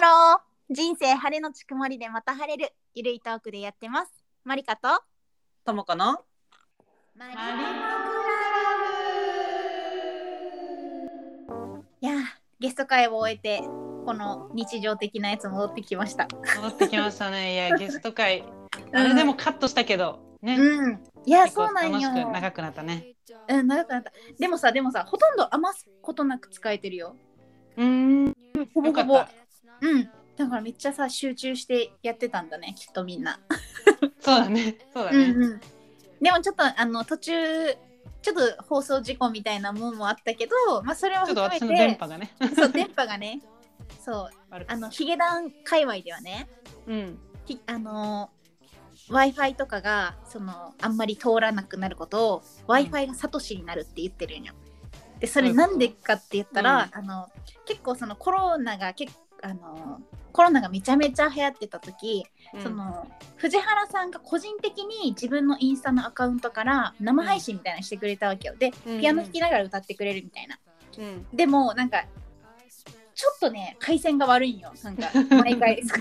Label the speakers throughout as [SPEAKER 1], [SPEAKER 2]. [SPEAKER 1] ロー人生晴れのち曇りでまた晴れるゆるいトークでやってますマリカと
[SPEAKER 2] ともかの
[SPEAKER 1] マリいやーゲスト会を終えてこの日常的なやつ戻ってきました
[SPEAKER 2] 戻ってきまし たね。いや、ゲスト会。あれでもカットしたけど、ね。
[SPEAKER 1] うんいや
[SPEAKER 2] 結構
[SPEAKER 1] そうなんよ
[SPEAKER 2] 楽しく長くなったね。
[SPEAKER 1] うん長くなったでもさでもさほとんど余すことなく使えてるよ
[SPEAKER 2] うーん。
[SPEAKER 1] ほぼ
[SPEAKER 2] よか
[SPEAKER 1] ほ
[SPEAKER 2] っ
[SPEAKER 1] ぼ
[SPEAKER 2] た。
[SPEAKER 1] うんだからめっちゃさ集中してやってたんだねきっとみんな
[SPEAKER 2] そうだね。そうだ
[SPEAKER 1] う
[SPEAKER 2] ね。
[SPEAKER 1] んうん、でもちょっとあの途中ちょっと放送事故みたいなもんもあったけど、まあ、それを
[SPEAKER 2] ちょっと
[SPEAKER 1] 含めて
[SPEAKER 2] 私の電波がね。
[SPEAKER 1] そう電波がね そう
[SPEAKER 2] 悪く
[SPEAKER 1] あのヒゲダン界隈ではね
[SPEAKER 2] うん。
[SPEAKER 1] ひあの w i f i とかがそのあんまり通らなくなることを w i f i がサトシになるって言ってるんよ。でそれなんでかって言ったら、あの結構そのコロナが結あのコロナがめちゃめちゃ流行ってた時、その藤原さんが個人的に自分のインスタのアカウントから生配信みたいなのしてくれたわけよで
[SPEAKER 2] うん
[SPEAKER 1] ピアノ弾きながら歌ってくれるみたいな
[SPEAKER 2] う ん。うん
[SPEAKER 1] でもなんかちょっとね回線が悪いんよなん か毎回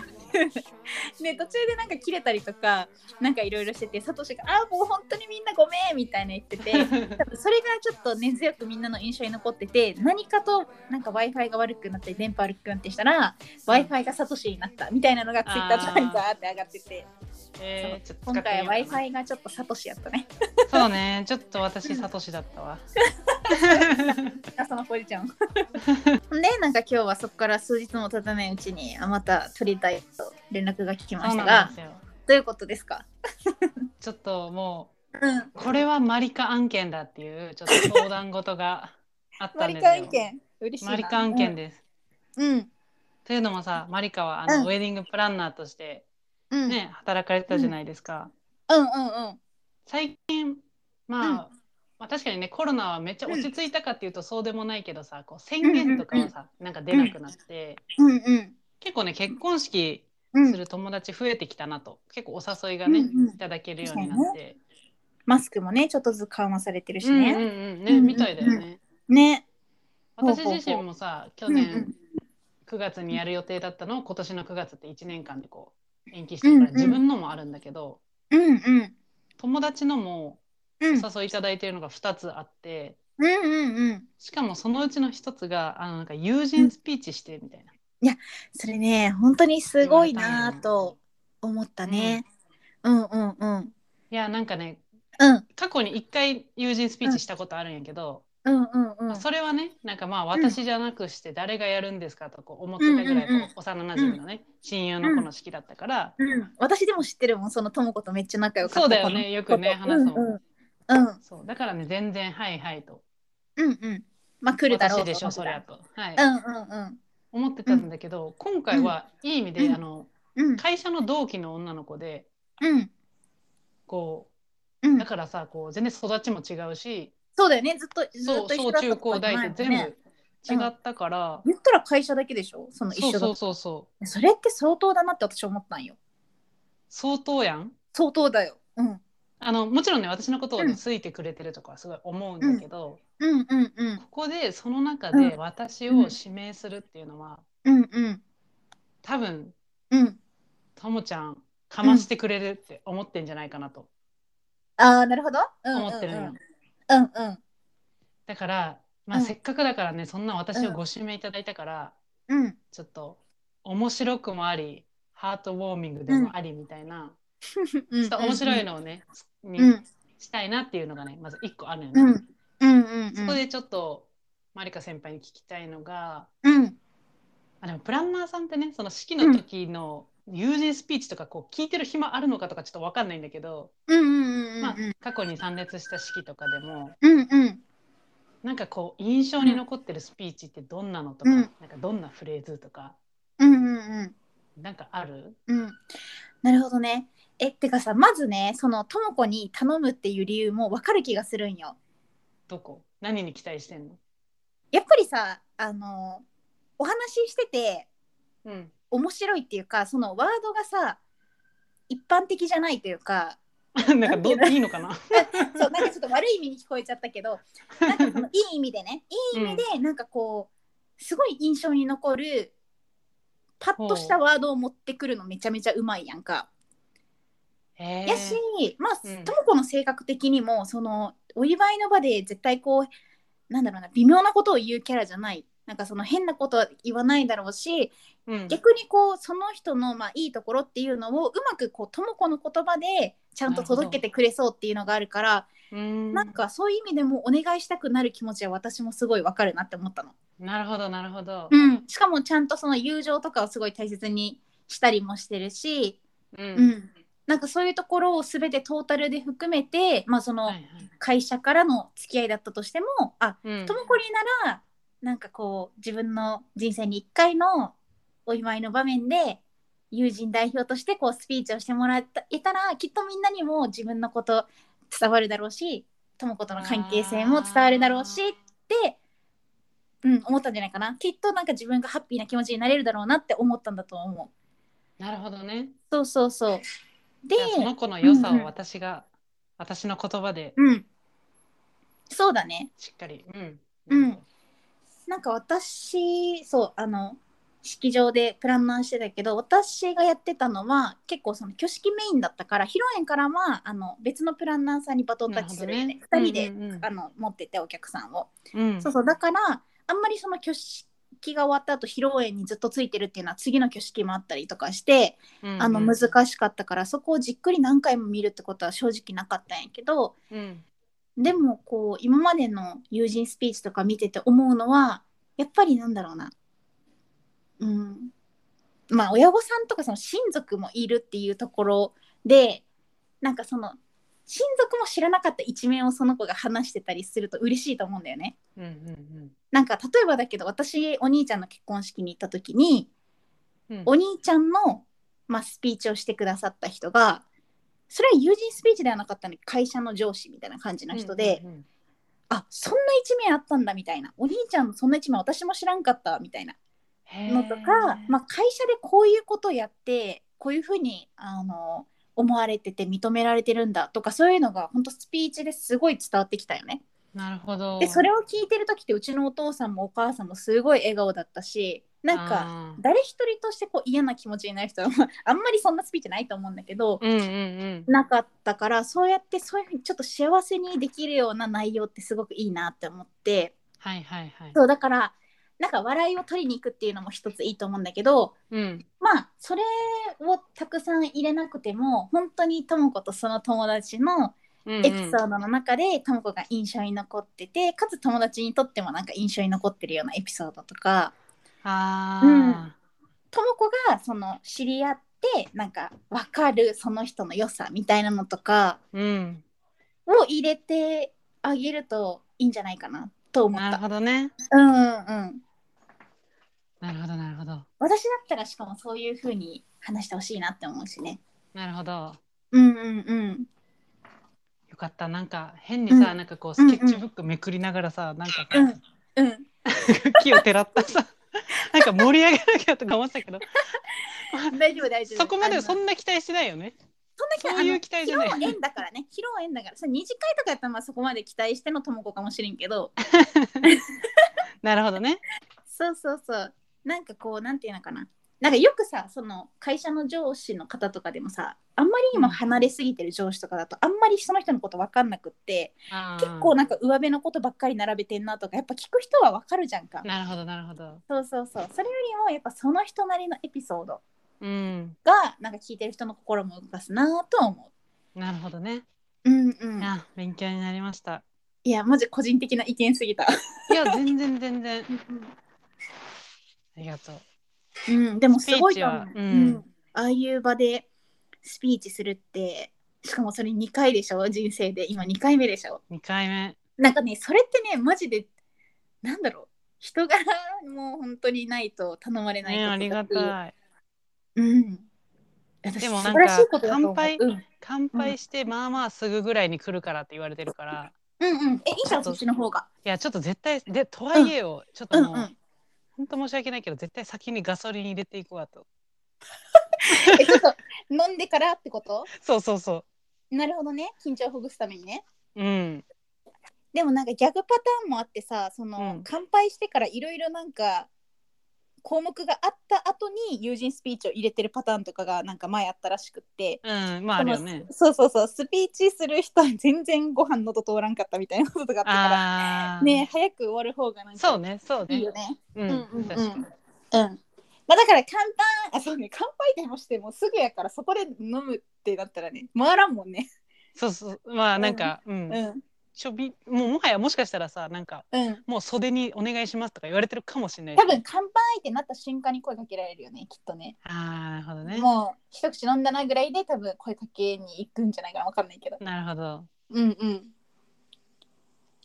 [SPEAKER 1] で途中でなんか切れたりとかなんかいろいろしててサトシが「あーもう本当にみんなごめん」みたいな言ってて 多分それがちょっと根強くみんなの印象に残ってて何かとなんか w i f i が悪くなったり電波悪くなってしたら w i f i がサトシになったみたいなのが Twitter とかにザーって上がってて。
[SPEAKER 2] えーちょっと
[SPEAKER 1] 今
[SPEAKER 2] 使ってみ
[SPEAKER 1] 回
[SPEAKER 2] よう
[SPEAKER 1] は
[SPEAKER 2] かな
[SPEAKER 1] Wi-Fi がちょっとサトシやったね。
[SPEAKER 2] そうね。ちょっと私、サトシだったわ。
[SPEAKER 1] あそのポジション。 で、なんか今日はそこから数日も経たないうちに、あまた取りたいと連絡が聞きま
[SPEAKER 2] そう
[SPEAKER 1] した
[SPEAKER 2] なん
[SPEAKER 1] が
[SPEAKER 2] で、すよ。
[SPEAKER 1] どういうことですか
[SPEAKER 2] ちょっとも
[SPEAKER 1] うん
[SPEAKER 2] う、。これはマリカ案件だっていう、ちょっと相談事があった
[SPEAKER 1] マ
[SPEAKER 2] んで
[SPEAKER 1] リ
[SPEAKER 2] すよ。
[SPEAKER 1] カ案。件。嬉しいな。
[SPEAKER 2] マリカ案件。です。
[SPEAKER 1] うん。
[SPEAKER 2] というのもさ、マリカはあ
[SPEAKER 1] うん
[SPEAKER 2] の、ウェディングプランナーとして
[SPEAKER 1] うん。
[SPEAKER 2] ね、働かれてたじゃないですか。
[SPEAKER 1] うんうんうん。
[SPEAKER 2] 最近まあ、
[SPEAKER 1] うん
[SPEAKER 2] まあ確かにねコロナはめっちゃ落ち着いたかっていうとそうでもないけどさ、こう宣言とかはさ、なんか出なくなって、
[SPEAKER 1] うんうん。
[SPEAKER 2] 結構ね結婚式
[SPEAKER 1] うん
[SPEAKER 2] する友達増えてきたなと、結構お誘いがね、
[SPEAKER 1] うんうん
[SPEAKER 2] いただけるようになって、
[SPEAKER 1] マスクもね、ちょっとずつ緩和されてるし
[SPEAKER 2] うんう
[SPEAKER 1] ね。
[SPEAKER 2] んうん
[SPEAKER 1] うん
[SPEAKER 2] ね、
[SPEAKER 1] うん
[SPEAKER 2] みたいだよね。
[SPEAKER 1] ね。ほうほ
[SPEAKER 2] 私
[SPEAKER 1] うほう
[SPEAKER 2] 自身もさ去
[SPEAKER 1] うんうん
[SPEAKER 2] 年9月にやる予定だったのを今年の9月って1年間でこう延期してるから、
[SPEAKER 1] うんうん
[SPEAKER 2] 自分のもあるんだけど
[SPEAKER 1] うんうん。
[SPEAKER 2] 友達のも
[SPEAKER 1] うん
[SPEAKER 2] お誘いいただいてるのが2つあって。
[SPEAKER 1] うんうんうん。
[SPEAKER 2] しかもそのうちの一つがあのなんか友人スピーチしてみたいな。
[SPEAKER 1] それね、本当にすごいなぁと思ったね。うんうんうん。
[SPEAKER 2] いやなんかね
[SPEAKER 1] うん
[SPEAKER 2] 過去に一回友人スピーチしたことあるんやけど、
[SPEAKER 1] うんうんうん。
[SPEAKER 2] それはねなんかまあ私じゃなくして誰がやるんですかとこう思ってたぐらい、
[SPEAKER 1] うんうんうん
[SPEAKER 2] こう幼なじみのね、親友の子の式だったから、
[SPEAKER 1] うん、私でも知ってるもんそのとも子とめっちゃ仲良かった
[SPEAKER 2] そうだよねよくね
[SPEAKER 1] この
[SPEAKER 2] 話すもん、
[SPEAKER 1] うんうんうん
[SPEAKER 2] そうだからね全然はいはいと
[SPEAKER 1] うんうんまあ来るだろうと
[SPEAKER 2] 私でしょそりゃと、はい
[SPEAKER 1] うんうん
[SPEAKER 2] 思ってたんだけど、今回はいい意味で、
[SPEAKER 1] うん
[SPEAKER 2] あの
[SPEAKER 1] うん
[SPEAKER 2] 会社の同期の女の子で
[SPEAKER 1] うん
[SPEAKER 2] こ
[SPEAKER 1] う
[SPEAKER 2] うんだからさこう全然育ちも違うし、
[SPEAKER 1] そうだよねずっとず
[SPEAKER 2] そ
[SPEAKER 1] っ
[SPEAKER 2] う
[SPEAKER 1] と一
[SPEAKER 2] 小
[SPEAKER 1] 緒だったとかじゃな
[SPEAKER 2] 中高大
[SPEAKER 1] い
[SPEAKER 2] っ
[SPEAKER 1] もん
[SPEAKER 2] て
[SPEAKER 1] ね
[SPEAKER 2] 全部違ったから、
[SPEAKER 1] 言ったら会社だけでしょその一
[SPEAKER 2] そう
[SPEAKER 1] 緒だ
[SPEAKER 2] そう
[SPEAKER 1] と
[SPEAKER 2] そうそう
[SPEAKER 1] それって相当だなって私思ったんよ
[SPEAKER 2] 相当やん
[SPEAKER 1] 相当だよ、うん、あ
[SPEAKER 2] あのもちろんね私のことを
[SPEAKER 1] う
[SPEAKER 2] ね
[SPEAKER 1] ん
[SPEAKER 2] 好いてくれてるとかはすごい思うんだけど、
[SPEAKER 1] うんうんうん
[SPEAKER 2] ここでその中
[SPEAKER 1] う
[SPEAKER 2] で私を指名するっていうのは、
[SPEAKER 1] うんうん
[SPEAKER 2] 多分
[SPEAKER 1] うん
[SPEAKER 2] ともちゃんかましてくれるって思ってんじゃないかなと
[SPEAKER 1] ああなるほど、うんうんうん、
[SPEAKER 2] 思ってるの
[SPEAKER 1] う
[SPEAKER 2] よ、
[SPEAKER 1] んうん
[SPEAKER 2] だから、まあ
[SPEAKER 1] うん
[SPEAKER 2] せっかくだからねそんな私をご指名いただいたから、
[SPEAKER 1] うん
[SPEAKER 2] ちょっと面白くもありハートウォーミングでもありみたいな、ちょっと面白いのをね、に
[SPEAKER 1] うん
[SPEAKER 2] したいなっていうのがねまず1個あるよね、
[SPEAKER 1] うんうんうんうん
[SPEAKER 2] そこでちょっとマリカ先輩に聞きたいのが
[SPEAKER 1] うん
[SPEAKER 2] あでもプランナーさんってねその式の時の友人スピーチとかこう聞いてる暇あるのかとかちょっと分かんないんだけど、
[SPEAKER 1] うんうんうんうん
[SPEAKER 2] まあ、過去に参列した式とかでも
[SPEAKER 1] うんうん
[SPEAKER 2] なんかこう印象に残ってるスピーチってどんなのとか,、
[SPEAKER 1] うん
[SPEAKER 2] なんかどんなフレーズとか
[SPEAKER 1] うんうんうん
[SPEAKER 2] なんかある
[SPEAKER 1] うん、なるほどね。えってかさまずねそのとも子に頼むっていう理由もわかる気がするんよ。
[SPEAKER 2] どこ何に期待してんの、
[SPEAKER 1] やっぱりさあのお話ししてて
[SPEAKER 2] うん、
[SPEAKER 1] 面白いっていうかそのワードがさ一般的じゃないというか
[SPEAKER 2] なんかどういいのかな
[SPEAKER 1] そうなんかちょっと悪い意味に聞こえちゃったけどなんかそ のいい意味でねいい意味でなんかこうすごい印象に残るパッとしたワードを持ってくるのめちゃめちゃうまいやんか。
[SPEAKER 2] えー
[SPEAKER 1] やしまあ
[SPEAKER 2] うん
[SPEAKER 1] とも子の性格的にもそのお祝いの場で絶対こうなんだろうな微妙なことを言うキャラじゃないなんかその変なことは言わないだろうし
[SPEAKER 2] うん、
[SPEAKER 1] 逆にこうその人のまあいいところっていうのをうまくこうとも子の言葉でちゃんと届けてくれそうっていうのがあるから
[SPEAKER 2] うん
[SPEAKER 1] なんかそういう意味でもお願いしたくなる気持ちは私もすごいわかるなって思ったの。
[SPEAKER 2] なるほどなるほど。
[SPEAKER 1] うん、しかもちゃんとその友情とかをすごい大切にしたりもしてるし、
[SPEAKER 2] うん
[SPEAKER 1] うんなんかそういうところを全てトータルで含めて、まあ、そ
[SPEAKER 2] は
[SPEAKER 1] の
[SPEAKER 2] いはい
[SPEAKER 1] 会社からの付き合いだったとしてもあ
[SPEAKER 2] うん
[SPEAKER 1] ともこりならなんかこう自分の人生に1回のお祝いの場面で友人代表としてこうスピーチをしてもらったいたらきっとみんなにも自分のこと伝わるだろうしとも子との関係性も伝わるだろうしって、うん、思ったんじゃないかなきっとなんか自分がハッピーな気持ちになれるだろうなって思ったんだと思う。
[SPEAKER 2] なるほどね。
[SPEAKER 1] そうそうそうで
[SPEAKER 2] じゃあその子の良さ
[SPEAKER 1] うんうん
[SPEAKER 2] を私が、私の言葉で
[SPEAKER 1] うん、そうだね
[SPEAKER 2] しっかり。うん。
[SPEAKER 1] うんなんか私そうあの式場でプランナーしてたけど私がやってたのは結構その挙式メインだったから披露宴からはあの別のプランナーさんにバトンタッチするよね
[SPEAKER 2] な
[SPEAKER 1] 2
[SPEAKER 2] るほどね
[SPEAKER 1] 人で、
[SPEAKER 2] うんうんうん
[SPEAKER 1] あの持っててお客さんを、
[SPEAKER 2] うん。
[SPEAKER 1] そうそうだからあんまりその挙式が終わった後披露宴にずっとついてるっていうのは次の挙式もあったりとかして、
[SPEAKER 2] うんうん
[SPEAKER 1] あの難しかったからそこをじっくり何回も見るってことは正直なかったんやけど、
[SPEAKER 2] うん
[SPEAKER 1] でもこう今までの友人スピーチとか見てて思うのはやっぱりなんだろうなうんまあ親御さんとかその親族もいるっていうところでなんかその親族も知らなかった一面をその子が話してたりすると嬉しいと思うんだよね。
[SPEAKER 2] うんうん
[SPEAKER 1] なんか例えばだけど私お兄ちゃんの結婚式に行った時に
[SPEAKER 2] うんうん。
[SPEAKER 1] お兄ちゃんの、まあ、スピーチをしてくださった人がそれは友人スピーチではなかったのに会社の上司みたいな感じの人で。
[SPEAKER 2] うんうんうん
[SPEAKER 1] あそんな一面あったんだみたいなお兄ちゃんのそんな一面私も知らんかったみたいな
[SPEAKER 2] へー
[SPEAKER 1] のとか、まあ、会社でこういうことやってこういうふうにあの思われてて認められてるんだとかそういうのが本当スピーチですごい伝わってきたよね。
[SPEAKER 2] なるほど。
[SPEAKER 1] でそれを聞いてる時ってうちのお父さんもお母さんもすごい笑顔だったしなんか
[SPEAKER 2] あー
[SPEAKER 1] 誰一人としてこう嫌な気持ちになる人はあんまりそんなスピーチないと思うんだけど。
[SPEAKER 2] うんうん
[SPEAKER 1] なかったからそうやってそういうふうにちょっと幸せにできるような内容ってすごくいいなって思って、
[SPEAKER 2] はいはいはい。
[SPEAKER 1] そうだからなんか笑いを取りに行くっていうのも一ついいと思うんだけど
[SPEAKER 2] うん。
[SPEAKER 1] まあそれをたくさん入れなくても本当にとも子とその友達のエピソードの中でとも子が印象に残っててかつ友達にとってもなんか印象に残ってるようなエピソードとか
[SPEAKER 2] あ
[SPEAKER 1] うん
[SPEAKER 2] あ。
[SPEAKER 1] とも子がその知り合ってなんか分かるその人の良さみたいなのとか
[SPEAKER 2] うん。
[SPEAKER 1] を入れてあげるといいんじゃないかなと思っ
[SPEAKER 2] なる
[SPEAKER 1] た。
[SPEAKER 2] ほどね。
[SPEAKER 1] うんうんうん
[SPEAKER 2] なるほどなるほど。
[SPEAKER 1] 私だったらしかもそういう風に話してほしいなって思うしね。
[SPEAKER 2] なるほど。
[SPEAKER 1] うんうんうん。
[SPEAKER 2] よかった。なんか変にさ、
[SPEAKER 1] うん
[SPEAKER 2] なんかこうスケッチブックめくりながらさ、なんか
[SPEAKER 1] うんうん。
[SPEAKER 2] 木をてらっ たさ、なんか盛り上げなきゃとか思ってたけど、
[SPEAKER 1] 大丈夫大丈夫。
[SPEAKER 2] そこまでそ
[SPEAKER 1] あの
[SPEAKER 2] んな期待してないよね。
[SPEAKER 1] そんな
[SPEAKER 2] そういう期待じゃない
[SPEAKER 1] 披露宴だからね。披露宴だから。それ二次会とかやったらまあそこまで期待してのとも子かもしれんけど。
[SPEAKER 2] なるほどね。
[SPEAKER 1] そうそうそう。なんかこうなんていうのかな。なんかよくさその会社の上司の方とかでもさあんまりにも離れすぎてる上司とかだとあんまりその人のこと分かんなくって結構なんか上辺のことばっかり並べてんなとかやっぱ聞く人は分かるじゃんか
[SPEAKER 2] あー。なるほどなるほど。
[SPEAKER 1] そうそうそうそれよりもやっぱその人なりのエピソード
[SPEAKER 2] うん。
[SPEAKER 1] がなんか聞いてる人の心も動かすなとは思
[SPEAKER 2] なるほどね。
[SPEAKER 1] う。うんうん。
[SPEAKER 2] あ、勉強になりました。
[SPEAKER 1] いやマジ個人的な意見すぎた。
[SPEAKER 2] いや全然全然。ありがとう。
[SPEAKER 1] うんでもすごいと思う。
[SPEAKER 2] スピーチは
[SPEAKER 1] う
[SPEAKER 2] うん
[SPEAKER 1] ん、ああいう場でスピーチするってしかもそれ2回でしょ人生で今2回目でしょ。
[SPEAKER 2] 二回目。
[SPEAKER 1] なんかねそれってねマジでなんだろう人柄もう本当にないと頼まれない
[SPEAKER 2] ね、あ
[SPEAKER 1] こ
[SPEAKER 2] り
[SPEAKER 1] とだ
[SPEAKER 2] が
[SPEAKER 1] し。
[SPEAKER 2] たい。
[SPEAKER 1] うん。私
[SPEAKER 2] でも
[SPEAKER 1] 素
[SPEAKER 2] なん
[SPEAKER 1] 晴
[SPEAKER 2] から
[SPEAKER 1] しいことだと思う。
[SPEAKER 2] 乾杯
[SPEAKER 1] うん
[SPEAKER 2] 乾杯してまあまあすぐぐらいに来るからって言われてるから、い
[SPEAKER 1] うんうん。えいいじゃん
[SPEAKER 2] ち
[SPEAKER 1] そ
[SPEAKER 2] ょっと
[SPEAKER 1] っちの方が。
[SPEAKER 2] やちょっと絶対でとはいえよ、ちょっ
[SPEAKER 1] う
[SPEAKER 2] と
[SPEAKER 1] んう
[SPEAKER 2] もう、
[SPEAKER 1] ん。
[SPEAKER 2] 本当申し訳ないけど絶対先にガソリン入れていくわと
[SPEAKER 1] えちょっと飲んでからってこと
[SPEAKER 2] そうそうそ
[SPEAKER 1] なるほどね緊張をほぐすためにね
[SPEAKER 2] ううん
[SPEAKER 1] でもなんかギャグパターンもあってさその、
[SPEAKER 2] うん
[SPEAKER 1] 乾杯してからいろいろなんか項目があった後に友人スピーチを入れてるパターンとかがなんか前あったらしくって、
[SPEAKER 2] うん、まああるよね。
[SPEAKER 1] そうそうそうスピーチする人は全然ご飯喉通らんかったみたいなことがあったか
[SPEAKER 2] あ
[SPEAKER 1] ら
[SPEAKER 2] あ。
[SPEAKER 1] ね早く終わる方がなんか
[SPEAKER 2] そうね、そう
[SPEAKER 1] い
[SPEAKER 2] ね。
[SPEAKER 1] いよね。
[SPEAKER 2] うん
[SPEAKER 1] うんうんうん
[SPEAKER 2] 確かに
[SPEAKER 1] うんまあ、だから乾杯あそうね乾杯でもしてもすぐやからそこで飲むってなったらね回らんもんね。
[SPEAKER 2] そうそう、まあなんか、う、
[SPEAKER 1] うんん
[SPEAKER 2] ちょび、もうもはやもしかしたらさ、なんか、
[SPEAKER 1] うん、
[SPEAKER 2] もう袖にお願いしますとか言われてるかもしれない。
[SPEAKER 1] 多分乾杯ってなった瞬間に声かけられるよねきっとね
[SPEAKER 2] ああ、なるほどね。
[SPEAKER 1] もう一口飲んだなぐらいで多分声かけに行くんじゃないかなわかんないけど
[SPEAKER 2] なるほど。
[SPEAKER 1] うんうん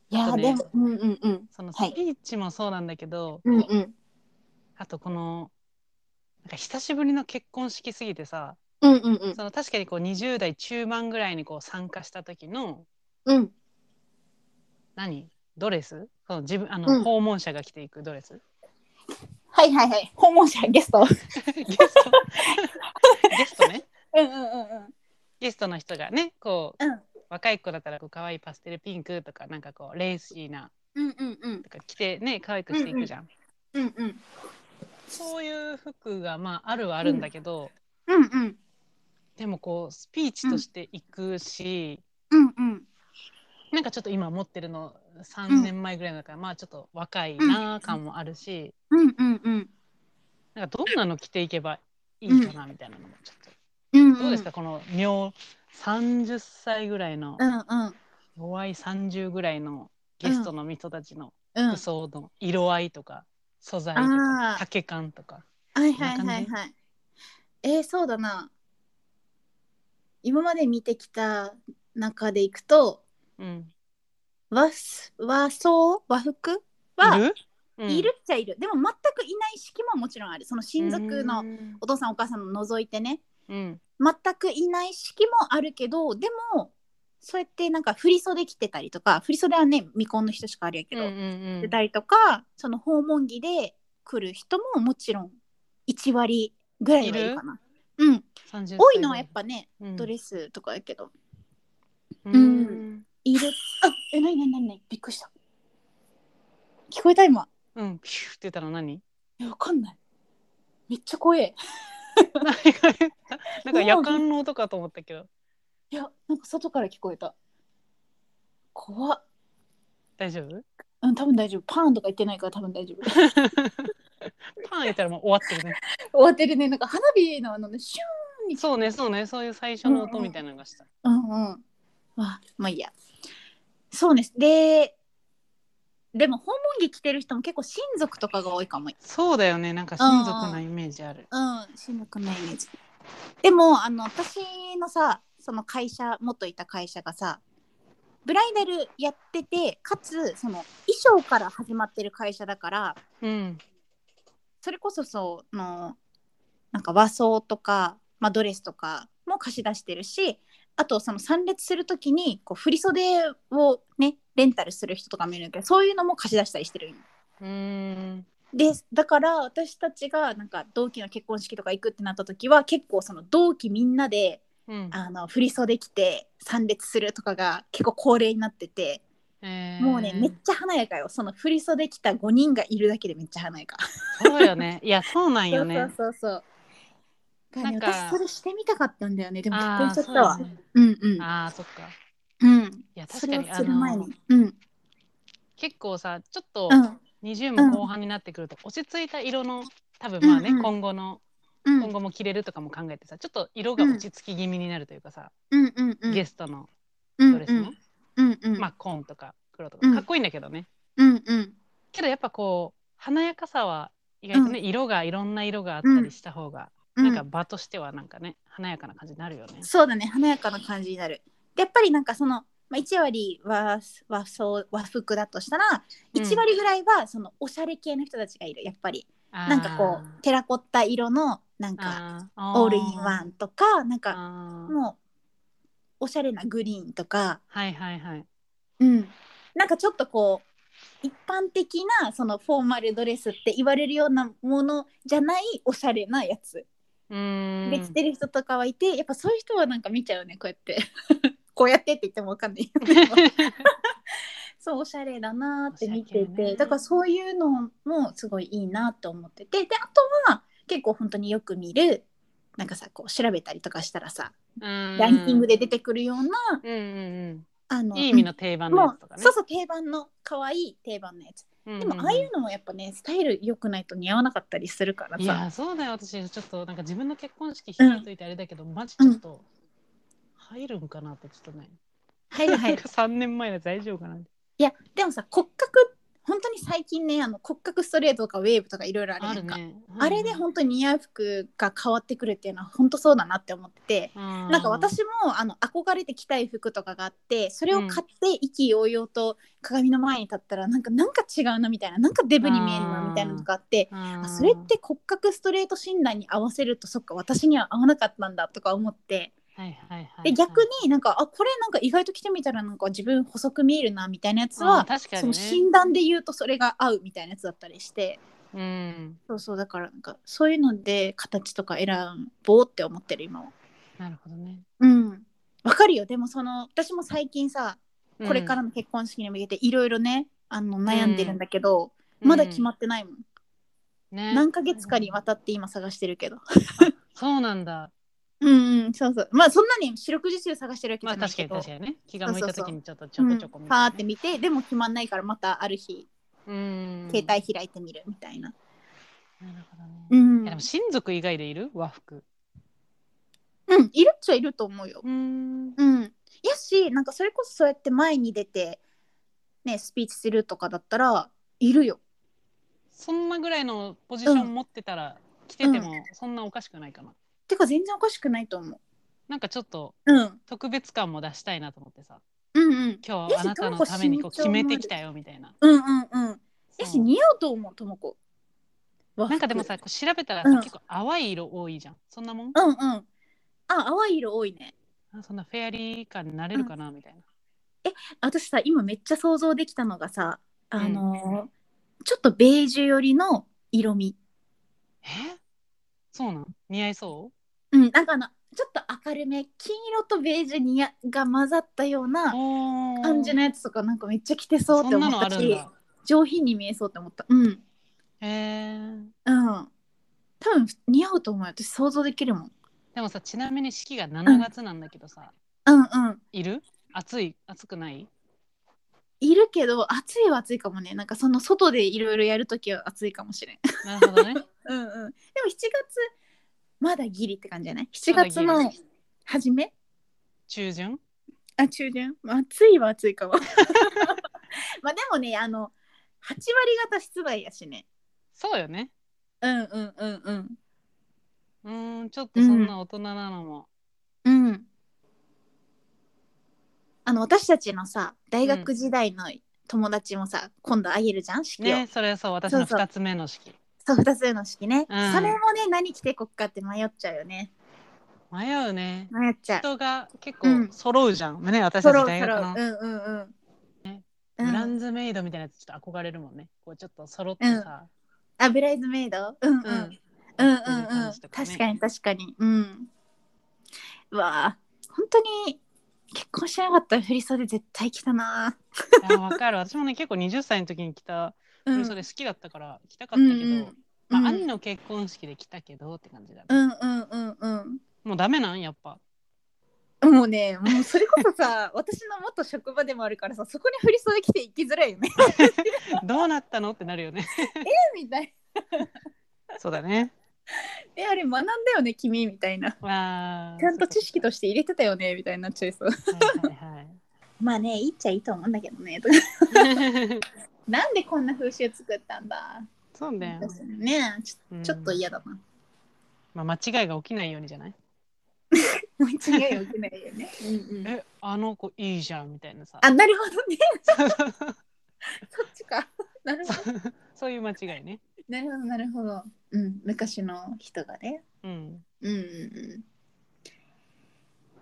[SPEAKER 1] いや
[SPEAKER 2] あ
[SPEAKER 1] ー、
[SPEAKER 2] とね
[SPEAKER 1] でもうんうんうん
[SPEAKER 2] そのス
[SPEAKER 1] はい
[SPEAKER 2] ピーチもそうなんだけど、
[SPEAKER 1] うんうん
[SPEAKER 2] あとこの。なんか久しぶりの結婚式すぎてさ、
[SPEAKER 1] うんうんうん
[SPEAKER 2] その確かにこう20代中盤ぐらいにこう参加した時の
[SPEAKER 1] うん
[SPEAKER 2] 何ドレスその自分あ
[SPEAKER 1] うん
[SPEAKER 2] の訪問者が着ていくドレス、
[SPEAKER 1] はいはいはい訪問者ゲスト
[SPEAKER 2] ゲストゲストね
[SPEAKER 1] うんうんうん
[SPEAKER 2] ゲストの人がねこう、
[SPEAKER 1] うん
[SPEAKER 2] 若い子だったらこう可愛いパステルピンクとかなんかこうレーシーな
[SPEAKER 1] うんうんうんうん
[SPEAKER 2] とか着てね可愛くしていくじゃん、
[SPEAKER 1] うんうん
[SPEAKER 2] そういう服がまああるはあるんだけど、
[SPEAKER 1] うんうん
[SPEAKER 2] でもこうスピーチとしていくし、
[SPEAKER 1] うんうん
[SPEAKER 2] なんかちょっと今持ってるの3年前ぐらいだから、まあちょっと若いなあ感もあるし、
[SPEAKER 1] うんうんうん
[SPEAKER 2] なんかどんなの着ていけばいいかなみたいなのもちょっと、
[SPEAKER 1] うんうん
[SPEAKER 2] どうですかこの妙30歳ぐらいの
[SPEAKER 1] うんうん
[SPEAKER 2] 弱い30ぐらいのゲストの人たちの
[SPEAKER 1] うん
[SPEAKER 2] 服装の色合いとか素材と
[SPEAKER 1] あ
[SPEAKER 2] か
[SPEAKER 1] ー
[SPEAKER 2] 丈感とか
[SPEAKER 1] はい
[SPEAKER 2] そん
[SPEAKER 1] は
[SPEAKER 2] ない感じ
[SPEAKER 1] はいはい。えー、そうだな。今まで見てきた中でいくと、
[SPEAKER 2] うん
[SPEAKER 1] 和す和装和服はいいる,、
[SPEAKER 2] る、
[SPEAKER 1] っ
[SPEAKER 2] うん
[SPEAKER 1] ちゃいる。でも全くいない式ももちろんある。その親族
[SPEAKER 2] う
[SPEAKER 1] の
[SPEAKER 2] ん
[SPEAKER 1] お父さんお母さんも除いてね。
[SPEAKER 2] うん
[SPEAKER 1] 全くいない式もあるけど、でもそうやってなんか振り袖着てたりとか、振り袖はね未婚の人しかあるやけ
[SPEAKER 2] うんう
[SPEAKER 1] ど、
[SPEAKER 2] んう
[SPEAKER 1] 出
[SPEAKER 2] ん
[SPEAKER 1] たりとか、その訪問着で来る人ももちろん1割ぐらいはいるかな。うん。
[SPEAKER 2] 30
[SPEAKER 1] 多いのはやっぱね、
[SPEAKER 2] うん
[SPEAKER 1] ドレスとかやけど。
[SPEAKER 2] うん
[SPEAKER 1] いる。あ、え、なになになになに、びっくりした。聞こえた今。
[SPEAKER 2] うんピューって言ったら何
[SPEAKER 1] え、わかんない。めっちゃ怖え。
[SPEAKER 2] なんか夜間の音かと思ったけど
[SPEAKER 1] いや、なんか外から聞こえた。怖っ。
[SPEAKER 2] 大丈 夫
[SPEAKER 1] うん、多分大丈夫。パーンとか言ってないから、多分大丈夫。 終
[SPEAKER 2] パン言ったらもう終わってるね
[SPEAKER 1] わってるね、なんか花火のあのね、シュ
[SPEAKER 2] そうねそうねそういう最初の音みたいなのがした、
[SPEAKER 1] ーン。うんうん。あ、まあいいや。そうです。で。でも訪問着着てる人も結構親族とかが多いかも。
[SPEAKER 2] そうだよねなんか親族のイメージある
[SPEAKER 1] うん、しんどくないイメージ。でも、あの、私のさ、その会社、元いた会社がさ、ブライダルやってて、かつ、その、衣装から始まってる会社だから、
[SPEAKER 2] うん
[SPEAKER 1] それこそ、そう、の、なんか和装とか、まあ、ドレスとかも貸し出してるし、あと、その参列するときに、こう、振り袖をね、レンタルする人とかもいるけど、そういうのも貸し出したりしてるんよ
[SPEAKER 2] うん
[SPEAKER 1] でだから私たちがなんか同期の結婚式とか行くってなった時は結構その同期みんなで
[SPEAKER 2] うん
[SPEAKER 1] あの振り袖着て参列するとかが結構恒例になってて、
[SPEAKER 2] えー
[SPEAKER 1] もうねめっちゃ華やかよその振り袖着た5人がいるだけでめっちゃ華やか。
[SPEAKER 2] そうよね いやそうなんよね
[SPEAKER 1] そうそうそうそう。
[SPEAKER 2] なんか
[SPEAKER 1] 私それしてみたかったんだよねでも結
[SPEAKER 2] あ
[SPEAKER 1] 婚
[SPEAKER 2] ー
[SPEAKER 1] しちゃったわ。
[SPEAKER 2] そうよね
[SPEAKER 1] うんうん
[SPEAKER 2] あーそっか
[SPEAKER 1] うん。
[SPEAKER 2] いや
[SPEAKER 1] そ
[SPEAKER 2] 確か
[SPEAKER 1] れを
[SPEAKER 2] にあ
[SPEAKER 1] する前
[SPEAKER 2] の
[SPEAKER 1] に。うん
[SPEAKER 2] 結構さちょっと
[SPEAKER 1] うん
[SPEAKER 2] 20も後半になってくると、落ち着いた色の多分まあね、
[SPEAKER 1] うんうん
[SPEAKER 2] 今後の
[SPEAKER 1] うん
[SPEAKER 2] 今後も着れるとかも考えてさちょっと色が落ち着き気味になるというかさ、
[SPEAKER 1] うんうんうん。
[SPEAKER 2] ゲストの
[SPEAKER 1] うん
[SPEAKER 2] ドレスも、
[SPEAKER 1] うんうん。
[SPEAKER 2] まあ紺とか黒と
[SPEAKER 1] う
[SPEAKER 2] か
[SPEAKER 1] ん
[SPEAKER 2] かっこいいんだけどね、
[SPEAKER 1] うんうん
[SPEAKER 2] けどやっぱこう華やかさは意外とね、色がいろんな色があったりした方が、
[SPEAKER 1] うん。
[SPEAKER 2] なんか場としてはなんかね華やかな感じになるよね。
[SPEAKER 1] そうだね華やかな感じになる。でやっぱりなんかその、まあ、1割は和装和服だとしたら
[SPEAKER 2] うん
[SPEAKER 1] 1割ぐらいはそのおしゃれ系の人たちがいるやっぱり
[SPEAKER 2] な
[SPEAKER 1] なんかこうテラコッタ色のなんかオールインワンとかなんか
[SPEAKER 2] ン
[SPEAKER 1] もうおしゃれなグリーンとか、
[SPEAKER 2] はいはいはい。
[SPEAKER 1] うん、なんかちょっとこう一般的なそのフォーマルドレスって言われるようなものじゃないおしゃれなやつ
[SPEAKER 2] うーん
[SPEAKER 1] でき てる人とかはいて、やっぱそういう人 はなんか見ちゃうねこうやってこうやってって言ってもわかんない
[SPEAKER 2] る
[SPEAKER 1] そうおしゃれだなって見
[SPEAKER 2] お
[SPEAKER 1] て
[SPEAKER 2] しゃ
[SPEAKER 1] て、
[SPEAKER 2] れね
[SPEAKER 1] だからそういうのもすごいいいなって思っててであとは結構本当によく見るなんかさこう調べたりとかしたらさラ
[SPEAKER 2] ラ
[SPEAKER 1] ンキングで出てくるような、
[SPEAKER 2] うんうん
[SPEAKER 1] あ
[SPEAKER 2] う
[SPEAKER 1] の
[SPEAKER 2] ん、いい意味の定番のや
[SPEAKER 1] も
[SPEAKER 2] つとか
[SPEAKER 1] う
[SPEAKER 2] ね。
[SPEAKER 1] そうそう定番の可愛い定番のやつ
[SPEAKER 2] うんうん
[SPEAKER 1] で
[SPEAKER 2] うん
[SPEAKER 1] もああいうのもやっぱねスタイル良くないと似合わなかったりするから
[SPEAKER 2] い
[SPEAKER 1] さ
[SPEAKER 2] やそうだよ私ちょっとなんか自分の結婚式開いといてあれだけど、マジちょっと入るんかなってちょっとね、
[SPEAKER 1] 入る 入る
[SPEAKER 2] 3年前のやつ大丈夫かない
[SPEAKER 1] やでもさ骨格本当に最近ねあの骨格ストレートとかウェーブとかいろいろあるや
[SPEAKER 2] あ
[SPEAKER 1] んか
[SPEAKER 2] るね
[SPEAKER 1] あれで本当に似合う服が変わってくるっていうのは本当そうだなって思ってて、
[SPEAKER 2] な
[SPEAKER 1] なんか私もあの憧れて着たい服とかがあってそれを買って意気揚々と鏡の前に立ったらなんかなんか違うなみたいななんかデブに見えるなみたいなのがあって。あそれって骨格ストレート診断に合わせるとそっか私には合わなかったんだとか思って
[SPEAKER 2] はいはいはいはい
[SPEAKER 1] で逆になんかあこれなんか意外と着てみたらなんか自分細く見えるなみたいなやつ
[SPEAKER 2] あー
[SPEAKER 1] は
[SPEAKER 2] 確
[SPEAKER 1] そ
[SPEAKER 2] かに、ね、
[SPEAKER 1] の診断で言うとそれが合うみたいなやつだったりして
[SPEAKER 2] うん
[SPEAKER 1] そうそうだからなんかそういうので形とか選ぼうって思ってる今は。
[SPEAKER 2] なるほどね
[SPEAKER 1] うん。わかるよでもその私も最近さこれからの結婚式に向けていろいろねあの悩んでるんだけど、まだ決ま
[SPEAKER 2] っ
[SPEAKER 1] ってないもん、
[SPEAKER 2] て、ね
[SPEAKER 1] 何ヶ月かにわたって今探してるけど
[SPEAKER 2] そうなんだ
[SPEAKER 1] うんうんそうそうまあそんなに四六時中探してるわけじ
[SPEAKER 2] まあ
[SPEAKER 1] ゃないけ
[SPEAKER 2] 確かに
[SPEAKER 1] ど、
[SPEAKER 2] 確かにね気が向いた時にちょっとちょ
[SPEAKER 1] う
[SPEAKER 2] こ
[SPEAKER 1] ん
[SPEAKER 2] ちょこ見
[SPEAKER 1] パーって見てでも決まんないからまたある日
[SPEAKER 2] うん
[SPEAKER 1] 携帯開いてみるみたいな、
[SPEAKER 2] なるほどね、
[SPEAKER 1] うん
[SPEAKER 2] いやでも親族以外でいる和服
[SPEAKER 1] うん、いるっちゃいると思うよ
[SPEAKER 2] うん
[SPEAKER 1] うん、やしなんかそれこそそうやって前に出て、ね、スピーチするとかだったらいるよ。
[SPEAKER 2] そんなぐらいのポジション持ってたら、着ててもそんなおかしくないかな。
[SPEAKER 1] てか全然おかしくないと思う。
[SPEAKER 2] なんかちょっと
[SPEAKER 1] うん、うん
[SPEAKER 2] 特別感も出したいなと思ってさ
[SPEAKER 1] うん
[SPEAKER 2] 今日あなたのためにこう決めてきたよみたいな。
[SPEAKER 1] うんうんうん。やし
[SPEAKER 2] そう
[SPEAKER 1] 似合うと思うともこ。和服
[SPEAKER 2] なんかでもさこう調べたらさ、
[SPEAKER 1] うん
[SPEAKER 2] 結構淡い色多いじゃんそんなもん
[SPEAKER 1] うんうん。あ淡い色多いね。
[SPEAKER 2] あそんなフェアリー感になれるかなみたいな。
[SPEAKER 1] 私さ今めっちゃ想像できたのがさあのーちょっとベージュ寄りの色味。
[SPEAKER 2] えそうなん似合いそ
[SPEAKER 1] うん、なんかあのちょっと明るめ金色とベージュにやが混ざったよう
[SPEAKER 2] う
[SPEAKER 1] な
[SPEAKER 2] おー
[SPEAKER 1] 感じのやつとかなんかめっちゃ着てそうっ
[SPEAKER 2] そ
[SPEAKER 1] て
[SPEAKER 2] ん
[SPEAKER 1] 思
[SPEAKER 2] な
[SPEAKER 1] っ
[SPEAKER 2] のあ
[SPEAKER 1] たし。
[SPEAKER 2] るんだ。
[SPEAKER 1] 上品に見えそうって思ったうんうん
[SPEAKER 2] へー
[SPEAKER 1] 多分似合うと思うよ私想像できるもん
[SPEAKER 2] でもさちなみに式が7月なんだけどさ、
[SPEAKER 1] うんうん
[SPEAKER 2] いる暑い暑くない
[SPEAKER 1] いるけど暑いは暑いかもねなんかその外でいろいろやるときは暑いかもしれん
[SPEAKER 2] なるほど ね。
[SPEAKER 1] うんうんでも7月まだギリって感じじゃない7
[SPEAKER 2] まだギ
[SPEAKER 1] 月
[SPEAKER 2] リ
[SPEAKER 1] の初め
[SPEAKER 2] 中旬
[SPEAKER 1] あ中旬暑いは暑い かもまあでもねあの8割方室内やしね
[SPEAKER 2] そうよね。
[SPEAKER 1] うんうんうんうん
[SPEAKER 2] うーん、ちょっとそんな大人なのも。
[SPEAKER 1] うん。あの私たちのさ大学時代の友達もさ、今度あげるじゃん式を、
[SPEAKER 2] ね、それはそう、私の
[SPEAKER 1] そうそう
[SPEAKER 2] 二つ目の式。
[SPEAKER 1] そう2つ目の式ね、
[SPEAKER 2] うん
[SPEAKER 1] それもね何着てこっかって迷っちゃうよね
[SPEAKER 2] 迷うね。
[SPEAKER 1] 迷っちゃう
[SPEAKER 2] 人が結
[SPEAKER 1] う
[SPEAKER 2] 構
[SPEAKER 1] ん
[SPEAKER 2] 揃うじゃん。ね、私たち
[SPEAKER 1] 揃う
[SPEAKER 2] 大学
[SPEAKER 1] 揃う
[SPEAKER 2] の
[SPEAKER 1] うんうんうんう
[SPEAKER 2] ブラ
[SPEAKER 1] ん、
[SPEAKER 2] ンズメイドみたいなやつ、ちょっと憧れるもんね。こうちょっと揃ってさ。
[SPEAKER 1] あブライズメイドうんうん、
[SPEAKER 2] う
[SPEAKER 1] うん、う
[SPEAKER 2] ん。
[SPEAKER 1] んうん
[SPEAKER 2] やってる感じ
[SPEAKER 1] 確
[SPEAKER 2] とね
[SPEAKER 1] かに確かにうんうわあ本当に結婚しなかったら振り袖絶対着たな、
[SPEAKER 2] いやわかる。私もね、結構20歳の時に来た。
[SPEAKER 1] う
[SPEAKER 2] そ
[SPEAKER 1] ん、
[SPEAKER 2] れそれ好きだったから、着たかったけ
[SPEAKER 1] うんう
[SPEAKER 2] ど
[SPEAKER 1] ん。
[SPEAKER 2] まあ、
[SPEAKER 1] うん
[SPEAKER 2] 兄の結婚式で着たけどって感じだね。
[SPEAKER 1] うんうんうんうん
[SPEAKER 2] もうダメなんやっぱ。
[SPEAKER 1] もうね、もうそれこそさ、 私の元職場でもあるからさ、そこに振り袖着て行きづらいよね。
[SPEAKER 2] どうなったのってなるよね。
[SPEAKER 1] みたい
[SPEAKER 2] そうだね。
[SPEAKER 1] な。え、あれ学んだよね、君みたいな。
[SPEAKER 2] わあ。
[SPEAKER 1] ちゃんと知識として入れてたよね、みたいになっちゃいそう。
[SPEAKER 2] はいはい
[SPEAKER 1] まあね、いいっちゃいいと思うんだけどね。
[SPEAKER 2] はい。
[SPEAKER 1] なんでこんな風習作ったんだ。
[SPEAKER 2] そうだよ。
[SPEAKER 1] ね、ちょちょっと
[SPEAKER 2] うん
[SPEAKER 1] 嫌だな。
[SPEAKER 2] まあ、間違いが起きないようにじゃない、
[SPEAKER 1] もう一回は起きないよね。うんうん。
[SPEAKER 2] えあの子いいじゃんみたいなさ
[SPEAKER 1] あ、なるほどね。 そっちか。なるほど。
[SPEAKER 2] そういう間違いね
[SPEAKER 1] なるほど、なるほど。うん、昔の人がね。
[SPEAKER 2] うん
[SPEAKER 1] うんうんうん。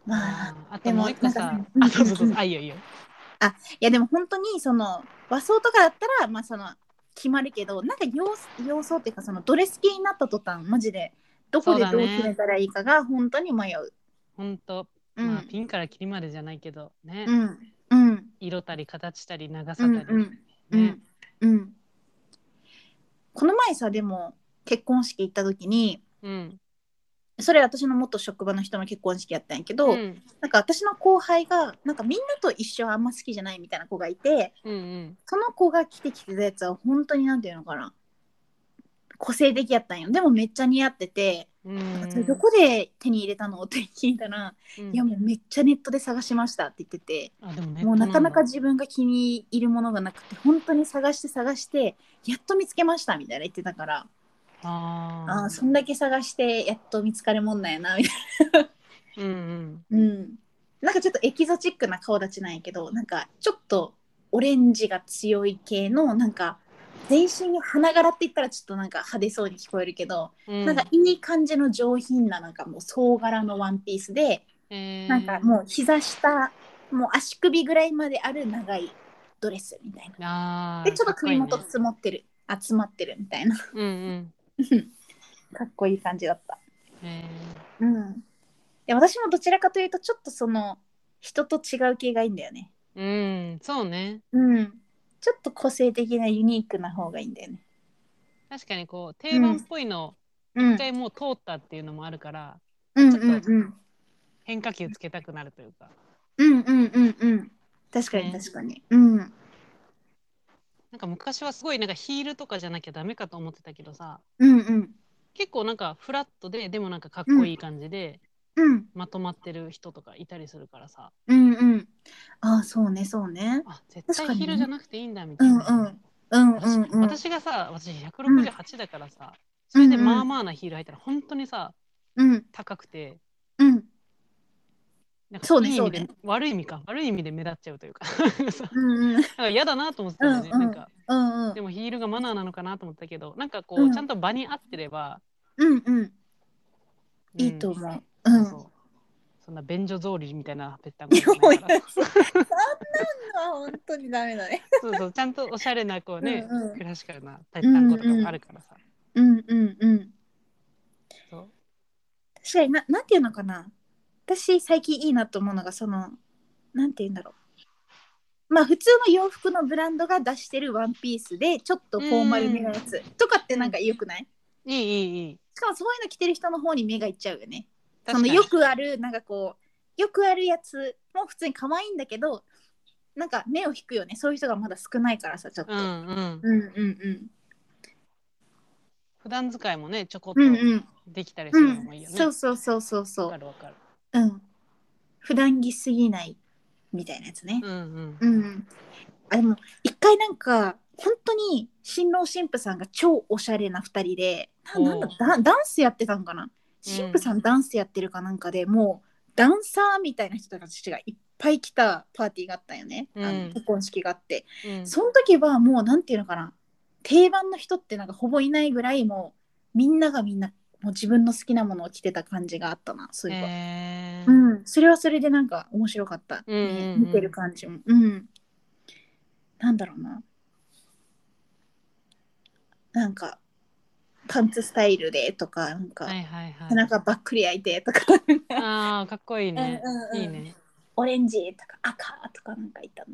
[SPEAKER 1] まあ。
[SPEAKER 2] あともう一
[SPEAKER 1] でも
[SPEAKER 2] 個
[SPEAKER 1] な
[SPEAKER 2] さ
[SPEAKER 1] んかね
[SPEAKER 2] あそうそうそう
[SPEAKER 1] うんうんうん
[SPEAKER 2] あいいよいいよ
[SPEAKER 1] いやでも本当にその和装とかだったらまあその決まるけどなんか洋洋装っていうかそのドレス系になった途端マジでどこで
[SPEAKER 2] そう
[SPEAKER 1] ど
[SPEAKER 2] だ
[SPEAKER 1] う
[SPEAKER 2] ね
[SPEAKER 1] 決めたらいいかが本当に迷う。
[SPEAKER 2] ほんと、
[SPEAKER 1] うん
[SPEAKER 2] まあ、ピンからキリまでじゃないけどね、
[SPEAKER 1] うんうん
[SPEAKER 2] 色たり形たり長
[SPEAKER 1] う
[SPEAKER 2] さ
[SPEAKER 1] ん
[SPEAKER 2] たり、
[SPEAKER 1] うん
[SPEAKER 2] ね
[SPEAKER 1] うんうんこの前さでも結婚式行った時に
[SPEAKER 2] うん
[SPEAKER 1] それ私の元職場の人の結婚式やったんやけど、
[SPEAKER 2] うん
[SPEAKER 1] なんか私の後輩がなんかみんなと一緒はあんま好きじゃないみたいな子がいて
[SPEAKER 2] うん
[SPEAKER 1] その子が着てきてたやつは本当になんていうのかな個性的やったんよでもめっちゃ似合ってて、
[SPEAKER 2] うん
[SPEAKER 1] それどこで手に入れたのって聞いたら、
[SPEAKER 2] うん
[SPEAKER 1] いやもうめっちゃネットで探しましたって言ってて、
[SPEAKER 2] あでもね
[SPEAKER 1] もうなかなか自分が気に入るものがなくて本当に探して探してやっと見つけましたみたいな言ってたから、
[SPEAKER 2] あ
[SPEAKER 1] ああ
[SPEAKER 2] あ
[SPEAKER 1] ーそんだけ探してやっと見つかるもんなんやなみたいな。
[SPEAKER 2] うん
[SPEAKER 1] う
[SPEAKER 2] うん
[SPEAKER 1] ん、なんかちょっとエキゾチックな顔立ちなんやけどなんかちょっとオレンジが強い系のなんか全身に花柄って言ったらちょっとなんか派手そうに聞こえるけど、
[SPEAKER 2] うん
[SPEAKER 1] なんかいい感じの上品ななんかもう総柄のワンピースで、
[SPEAKER 2] えー
[SPEAKER 1] なんかもう膝下もう足首ぐらいまである長いドレスみたいな。
[SPEAKER 2] あー
[SPEAKER 1] でちょっと首元
[SPEAKER 2] かっこ
[SPEAKER 1] 積もってる、集まってるみたいな か
[SPEAKER 2] いいねうん
[SPEAKER 1] っこいい感じだった。
[SPEAKER 2] うんえ
[SPEAKER 1] うん、で私もどちらかというとちょっとその人と違う系がいいんだよね。
[SPEAKER 2] ーうんそうね
[SPEAKER 1] うん、ちょっと個性的なユニークな方がいいんだよね。
[SPEAKER 2] 確かにこう定番っぽいの
[SPEAKER 1] うん
[SPEAKER 2] 一、回もう通ったっていうのもあるから
[SPEAKER 1] うん
[SPEAKER 2] ちょっと
[SPEAKER 1] うん
[SPEAKER 2] 変化球つけたくなるというか
[SPEAKER 1] うんうんうんうん確かに
[SPEAKER 2] ね
[SPEAKER 1] 確かに、うん
[SPEAKER 2] なんか昔はすごいなんかヒールとかじゃなきゃダメかと思ってたけどさ
[SPEAKER 1] うんうん
[SPEAKER 2] 結構なんかフラットででもなんかかっこいい感じで
[SPEAKER 1] うん
[SPEAKER 2] まとまってる人とかいたりするからさ、
[SPEAKER 1] うんうんああそうねそうね
[SPEAKER 2] あ絶
[SPEAKER 1] 確か
[SPEAKER 2] 対
[SPEAKER 1] にね
[SPEAKER 2] ヒールじゃなくていいんだみ
[SPEAKER 1] う
[SPEAKER 2] たい
[SPEAKER 1] んう
[SPEAKER 2] な、
[SPEAKER 1] んうんう
[SPEAKER 2] 私
[SPEAKER 1] んうん
[SPEAKER 2] 私がさ私168だからさ、それでまあまあなヒール履いたら本当にさ
[SPEAKER 1] うん
[SPEAKER 2] 高くて
[SPEAKER 1] うん
[SPEAKER 2] なんか
[SPEAKER 1] そうね
[SPEAKER 2] いい意味
[SPEAKER 1] そう
[SPEAKER 2] で
[SPEAKER 1] ね
[SPEAKER 2] 悪い意味か悪い意味で目立っちゃうというか さ
[SPEAKER 1] うんうん
[SPEAKER 2] なんか嫌だなと思ってたのね、
[SPEAKER 1] うんうん
[SPEAKER 2] なんか
[SPEAKER 1] うんうん
[SPEAKER 2] でもヒールがマナーなのかなと思ったけどなんかこう、
[SPEAKER 1] うん
[SPEAKER 2] ちゃんと場に合ってれば、
[SPEAKER 1] うんうん
[SPEAKER 2] うん
[SPEAKER 1] いいと思ううん
[SPEAKER 2] そうそんな便所通りみたいなぺったん
[SPEAKER 1] いやも
[SPEAKER 2] こ
[SPEAKER 1] う
[SPEAKER 2] じ
[SPEAKER 1] や
[SPEAKER 2] ゃ
[SPEAKER 1] そん
[SPEAKER 2] ない
[SPEAKER 1] な
[SPEAKER 2] から
[SPEAKER 1] のは本当にダメだね
[SPEAKER 2] そうそうちゃんとおしゃれなこうね、
[SPEAKER 1] うんうん
[SPEAKER 2] クラシカルなぺったんことかもあるからさ、
[SPEAKER 1] うんうんうん
[SPEAKER 2] そう
[SPEAKER 1] 確かにななんていうのかな私最近いいなと思うのがそのなんていうんだろうまあ普通の洋服のブランドが出してるワンピースでちょっとフォーマルめのやつとかってなんか良くない
[SPEAKER 2] いいいいいい
[SPEAKER 1] しかもそういうの着てる人の方に目がいっちゃうよね。そ
[SPEAKER 2] 確
[SPEAKER 1] の
[SPEAKER 2] かに
[SPEAKER 1] よくあるなんかこうよくあるやつも普通に可愛いんだけどなんか目を引くよねそういう人がまだ少ないからさちょっと。
[SPEAKER 2] う
[SPEAKER 1] うん
[SPEAKER 2] ん
[SPEAKER 1] うん
[SPEAKER 2] うん
[SPEAKER 1] うん
[SPEAKER 2] 普段使いもねちょこっと
[SPEAKER 1] うんうん
[SPEAKER 2] できたりす
[SPEAKER 1] う
[SPEAKER 2] るのもいい
[SPEAKER 1] ん
[SPEAKER 2] よね、
[SPEAKER 1] そうそうそうそう
[SPEAKER 2] わ
[SPEAKER 1] そ
[SPEAKER 2] か
[SPEAKER 1] う
[SPEAKER 2] るわかる
[SPEAKER 1] うん普段着すぎないみたいなやつね
[SPEAKER 2] うんうん
[SPEAKER 1] うん、あでも一回なんか本当に新郎新婦さんが超おしゃれな2人でななんだ
[SPEAKER 2] おう
[SPEAKER 1] ダンダンスやってたのかな新婦さんダンスやってるかなんかで、もうダンサーみたいな人たちがいっぱい来たパーティーがあったよね、あ
[SPEAKER 2] うん
[SPEAKER 1] の結婚式があって、
[SPEAKER 2] うん
[SPEAKER 1] その時はもうなんていうのかな定番の人ってなんかほぼいないぐらいもうみんながみんなもう自分の好きなものを着てた感じがあったなそういえば、
[SPEAKER 2] へー
[SPEAKER 1] うん、それはそれでなんか面白かった、ね
[SPEAKER 2] うんうんうん
[SPEAKER 1] 見てる感じも、うん、なんだろうななんかパンツスタイルでとかなんか、
[SPEAKER 2] はいはいはい
[SPEAKER 1] 背中ばっくり開いてとか
[SPEAKER 2] あーかっこいいね、
[SPEAKER 1] うんうんうん
[SPEAKER 2] いいね、
[SPEAKER 1] オレンジとか赤とかなんかいたな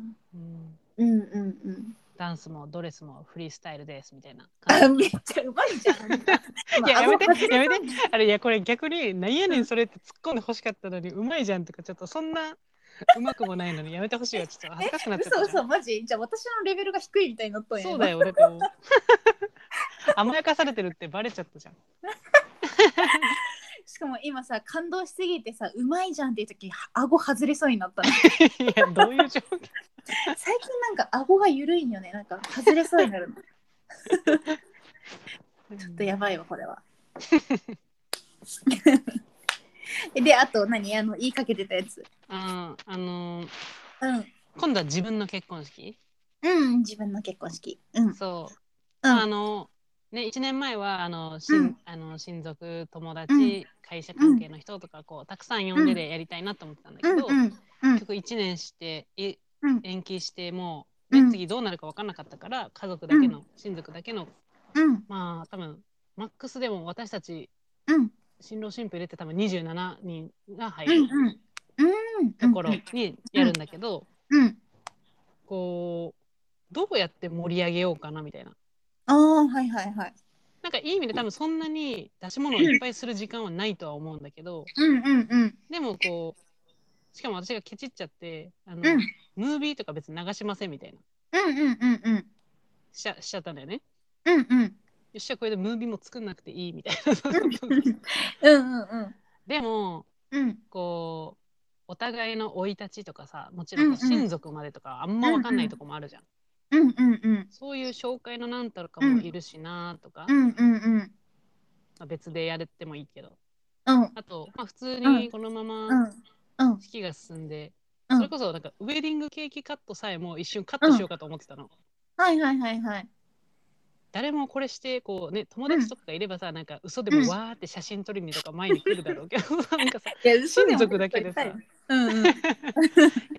[SPEAKER 1] う
[SPEAKER 2] うん、
[SPEAKER 1] んうんうん
[SPEAKER 2] ダンスもドレスもフリースタイルですみたいな
[SPEAKER 1] あ
[SPEAKER 2] 感じ
[SPEAKER 1] めっちゃうまいじゃん
[SPEAKER 2] いややめて
[SPEAKER 1] まああの
[SPEAKER 2] やめてあれいやこれ逆に何やねんそれって突っ込んで欲しかったのにうまいじゃんとかちょっとそんなうまくもないのにやめてほしいわちょっと恥ずかしくなっちゃった
[SPEAKER 1] 嘘嘘マジじゃあ私のレベルが低いみたいになったんや
[SPEAKER 2] そうだよ俺こう 甘やかされてるってバレちゃったじゃん
[SPEAKER 1] しかも今さ感動しすぎてさうまいじゃんっていう時は顎外れそうにな ったの
[SPEAKER 2] いやどういう状況
[SPEAKER 1] 最近なんか顎が緩いんよねなんか外れそうになるのち
[SPEAKER 2] ちょ
[SPEAKER 1] ょっとやばいわこれは であと何あの言いかけてたやつ
[SPEAKER 2] あーあのー
[SPEAKER 1] うん
[SPEAKER 2] 今度は自分の結婚式
[SPEAKER 1] うん自分の結婚式うん
[SPEAKER 2] そう、
[SPEAKER 1] うん
[SPEAKER 2] あのね1年前はあのしん、
[SPEAKER 1] うん
[SPEAKER 2] あの親族友達、
[SPEAKER 1] うん
[SPEAKER 2] 会社関係の人とかこうたくさん呼んででやりたいなと思ってたんだけ
[SPEAKER 1] うん
[SPEAKER 2] ど、
[SPEAKER 1] うんうん
[SPEAKER 2] 結局1年してい
[SPEAKER 1] うん
[SPEAKER 2] 延期してもう、
[SPEAKER 1] う
[SPEAKER 2] ね、
[SPEAKER 1] ん
[SPEAKER 2] 次どうなるか分からなかったから家族だけの、親族だけの
[SPEAKER 1] うん
[SPEAKER 2] まあ多分マックスでも私たち
[SPEAKER 1] うん
[SPEAKER 2] 新郎新婦入れて多分27人が入
[SPEAKER 1] うん
[SPEAKER 2] る
[SPEAKER 1] うんうん
[SPEAKER 2] ところにやるんだけど、
[SPEAKER 1] うん
[SPEAKER 2] こうどうやって盛り上げようかなみたいな
[SPEAKER 1] ああはいはいはい
[SPEAKER 2] なんかいい意味で多分そんなに出し物をいっぱいする時間はないとは思うんだけど
[SPEAKER 1] うんうんうん
[SPEAKER 2] でもこうしかも私がケチっちゃってあの、
[SPEAKER 1] うん
[SPEAKER 2] ムービーとか別に流しませんみたいな
[SPEAKER 1] うんうんうんうん
[SPEAKER 2] しちゃしちゃったんだよね。
[SPEAKER 1] うんうん
[SPEAKER 2] よっしゃこれでムービーも作んなくていいみたいな。
[SPEAKER 1] うんうんうん
[SPEAKER 2] でも
[SPEAKER 1] うん
[SPEAKER 2] こうお互いの生い立ちとかさもちろんこう
[SPEAKER 1] うんうん
[SPEAKER 2] 親族までとかあんま分かんないとこもあるじゃん、
[SPEAKER 1] うんうんうん
[SPEAKER 2] そういう紹介のなんとかもいるしなとか、
[SPEAKER 1] う
[SPEAKER 2] ま
[SPEAKER 1] んうんうん
[SPEAKER 2] あ別でやれてもいいけど
[SPEAKER 1] うん
[SPEAKER 2] あと、まあ、普通
[SPEAKER 1] う
[SPEAKER 2] にこのまま
[SPEAKER 1] うん
[SPEAKER 2] 式が進ん
[SPEAKER 1] う
[SPEAKER 2] で、
[SPEAKER 1] ん
[SPEAKER 2] それこそなんかウェディングケーキカットさえも一瞬カットしようかと思ってたの、
[SPEAKER 1] はいはいはいはい
[SPEAKER 2] 誰もこれしてこうね友達とかがいればさ、なんか嘘でもわーって写真撮りにとか前に来るだろうけ ど、なんかさ
[SPEAKER 1] いや
[SPEAKER 2] 親族だけでさ
[SPEAKER 1] うんうん
[SPEAKER 2] い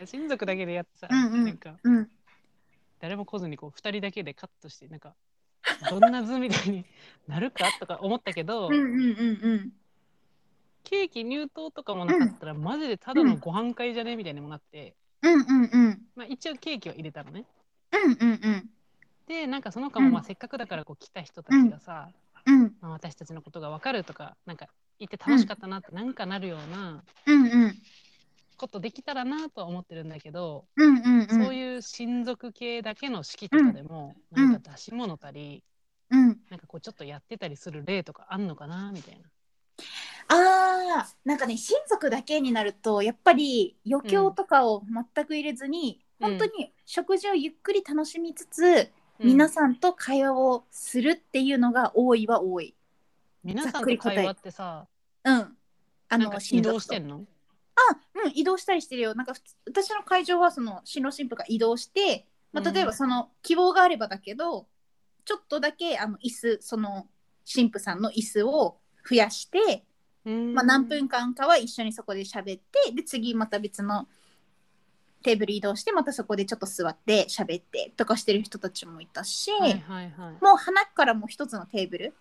[SPEAKER 2] や親族だけでやってさ、
[SPEAKER 1] うんうん
[SPEAKER 2] なんか
[SPEAKER 1] うん
[SPEAKER 2] 誰も来ずにこう2人だけでカットしてなんかどんな図みた いになるかとか思ったけど、
[SPEAKER 1] うんうんうんうん
[SPEAKER 2] ケーキ入刀とかもなかったら、マジでただのご飯会じゃねみたいにもなって、
[SPEAKER 1] うんうんうん
[SPEAKER 2] まあ、一応ケーキは入れたのね
[SPEAKER 1] うんうんうん
[SPEAKER 2] でなんかその子もまあ
[SPEAKER 1] うん
[SPEAKER 2] せっかくだからこう来た人たちがさ、
[SPEAKER 1] うん
[SPEAKER 2] まあ、私たちのことが分かるとかなんか言って楽しかったなってなんかなるような
[SPEAKER 1] うんうん
[SPEAKER 2] ことできたらなとは思ってるんだけど、
[SPEAKER 1] うんうんうん
[SPEAKER 2] そういう親族系だけの式とかでも、
[SPEAKER 1] うん
[SPEAKER 2] なんか出し物たり
[SPEAKER 1] うん
[SPEAKER 2] なんかこうちょっとやってたりする例とかあんのかなみたいな。
[SPEAKER 1] あーなんかね親族だけになるとやっぱり余興とかを全く入れずに、
[SPEAKER 2] う
[SPEAKER 1] 本
[SPEAKER 2] ん
[SPEAKER 1] 当に食事をゆっくり楽しみつつ、皆さんと会話をするっていうのが多いは多い。
[SPEAKER 2] 皆さんと会話ってさ、
[SPEAKER 1] うん、あ
[SPEAKER 2] なんか移動して
[SPEAKER 1] の
[SPEAKER 2] んの
[SPEAKER 1] 親族とあ、うん、移動したりしてるよなんか普通私の会場はその新郎新婦が移動して、ま
[SPEAKER 2] う
[SPEAKER 1] あ、
[SPEAKER 2] ん
[SPEAKER 1] 例えばその希望があればだけど、ちょっとだけあの椅子その新婦さんの椅子を増やして、まあ、何分間かは一緒にそこで喋ってで次また別のテーブル移動してまたそこでちょっと座って喋ってとかしてる人たちもいたし、
[SPEAKER 2] はいはいはい。
[SPEAKER 1] もう花からもう一つのテーブル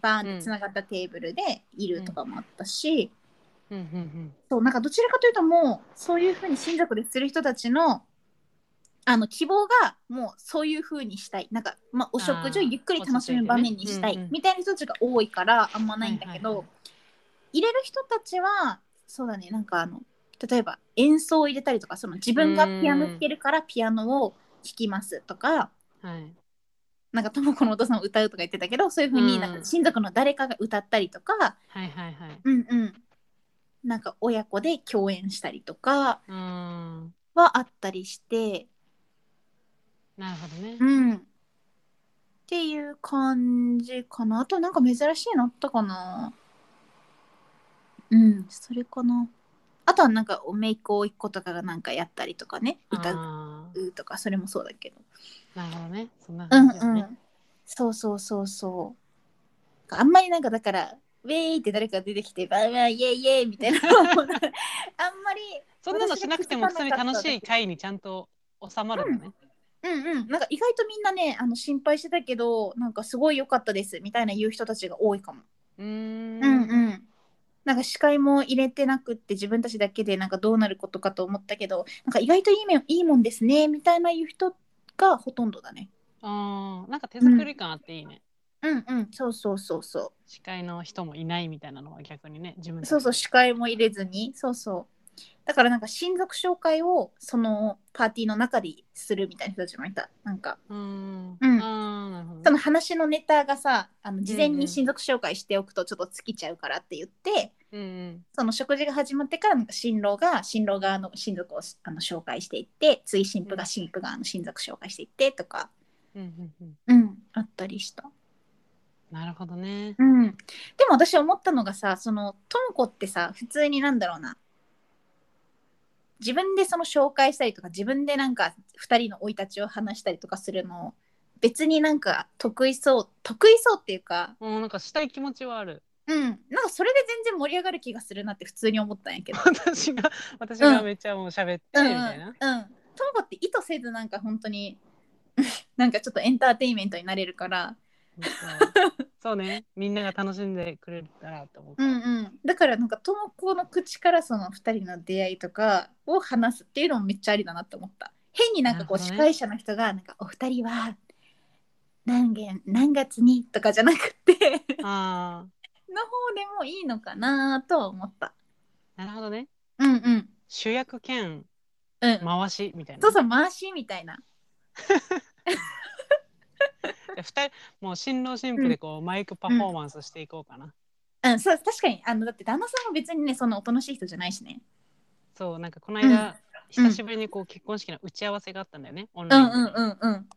[SPEAKER 1] バーンってつながったテーブルでいるとかもあったし、
[SPEAKER 2] うんうんうん
[SPEAKER 1] そうなんかどちらかというともうそういうふうに親族でする人たちのあの希望がもうそういうふうにしたいなんか、まあ、お食事をゆっくり楽しむ場面にした
[SPEAKER 2] あー落ち着いてねうん
[SPEAKER 1] い
[SPEAKER 2] うん
[SPEAKER 1] みたいな人たちが多いからあんまないんだけど、
[SPEAKER 2] はいはいは
[SPEAKER 1] 入れる人たちはそうだねなんかあの例えば演奏を入れたりとかその自分がピアノ弾けるからピアノを弾きますとか。
[SPEAKER 2] はい。
[SPEAKER 1] なんかともこのお父さんを歌うとか言ってたけどそういうふう
[SPEAKER 2] うん
[SPEAKER 1] になんか親族の誰かが歌ったりとか、
[SPEAKER 2] はいはいはい。
[SPEAKER 1] うんうん、なんか親子で共演したりとか
[SPEAKER 2] うーん。
[SPEAKER 1] はあったりして、
[SPEAKER 2] なるほどね
[SPEAKER 1] う。ん、っていう感じかなあとなんか珍しいのあったかなうんそれかなあとはなんかおめいっ子おいっ子とかがなんかやったりとかね歌
[SPEAKER 2] あ
[SPEAKER 1] うとかそれもそうだけど
[SPEAKER 2] ーなるほどね。そんな
[SPEAKER 1] うん
[SPEAKER 2] 感じだ
[SPEAKER 1] う
[SPEAKER 2] ね。
[SPEAKER 1] んそうそうそうそうあんまりなんかだからウェイって誰か出てきてバーバーイエイイエイみ たいなあんまり
[SPEAKER 2] そんなのしなくても普
[SPEAKER 1] 私
[SPEAKER 2] 通に
[SPEAKER 1] が気づかなかっ
[SPEAKER 2] 楽
[SPEAKER 1] た
[SPEAKER 2] しい会にちゃんと収まるのね。
[SPEAKER 1] うんうんなんか意外とみんなねあの心配してたけどなんかすごい良かったですみたいな言う人たちが多いかも
[SPEAKER 2] うーん
[SPEAKER 1] うんうんなんか司会も入れてなくって自分たちだけでなんかどうなることかと思ったけどなんか意外といい面いいもんですねみたいな言う人がほとんどだね
[SPEAKER 2] あーなんか手作り感あっていいね。
[SPEAKER 1] うんうんそうそうそうそう
[SPEAKER 2] 司会の人もいないみたいなのは逆にね、自分たち
[SPEAKER 1] そうそう司会も入れずにそうそうだからなんか親族紹介をそのパーティーの中でするみたいな人たちもいたなんか
[SPEAKER 2] うーん。
[SPEAKER 1] うん
[SPEAKER 2] あーなるほどね
[SPEAKER 1] その話のネタがさあの事前
[SPEAKER 2] うんうん
[SPEAKER 1] に親族紹介しておくとちょっと尽きちゃうからって言って
[SPEAKER 2] うんうん
[SPEAKER 1] その食事が始まってからなんか新郎が新郎側の親族をあの紹介していって次新婦
[SPEAKER 2] うん
[SPEAKER 1] が新婦側の親族紹介していってとか、
[SPEAKER 2] うんうんうん。
[SPEAKER 1] うん、あったりした。
[SPEAKER 2] なるほどね。
[SPEAKER 1] うん、でも私思ったのがさそのともこってさ普通になんだろうな自分でその紹介したりとか自分でなんか2人の生い立ちを話したりとかするの別になんか得意そう得意そうっていうか
[SPEAKER 2] うん、なんかしたい気持ちはある。
[SPEAKER 1] うんなんかそれで全然盛り上がる気がするなって普通に思ったんやけど
[SPEAKER 2] 私が私がめっちゃもう喋ってみ
[SPEAKER 1] うん
[SPEAKER 2] た
[SPEAKER 1] う
[SPEAKER 2] い
[SPEAKER 1] ん
[SPEAKER 2] な、
[SPEAKER 1] うんともこって意図せずなんか本当に なんかちょっとエンターテインメントになれるから
[SPEAKER 2] そうそうねみんなが楽しんでくれたらと思う、
[SPEAKER 1] うんうん、だからなんかともこの口からその2人の出会いとかを話すっていうのもめっちゃありだなって思った変になんかこう、
[SPEAKER 2] なる
[SPEAKER 1] 司
[SPEAKER 2] ほどね
[SPEAKER 1] 会者の人がなんかお二人は何月何月にとかじゃなくて
[SPEAKER 2] あ
[SPEAKER 1] の方でもいいのかなとは思った。
[SPEAKER 2] ーなるほどね
[SPEAKER 1] うんうん
[SPEAKER 2] 主役兼
[SPEAKER 1] うん。
[SPEAKER 2] 回しみたいな
[SPEAKER 1] そうそう回しみたいな。
[SPEAKER 2] で二人もう新郎新婦でこう、マイクパフォーマンスしていこうかな、
[SPEAKER 1] うんそう確かにあのだって旦那さんも別にねそんなおとなしい人じゃないしね。
[SPEAKER 2] そうなんかこの間、
[SPEAKER 1] うん
[SPEAKER 2] 久しぶりにこう結婚式の打ち合わせがあったんだよねオン
[SPEAKER 1] う
[SPEAKER 2] ライ
[SPEAKER 1] ん
[SPEAKER 2] ンで、
[SPEAKER 1] うんうん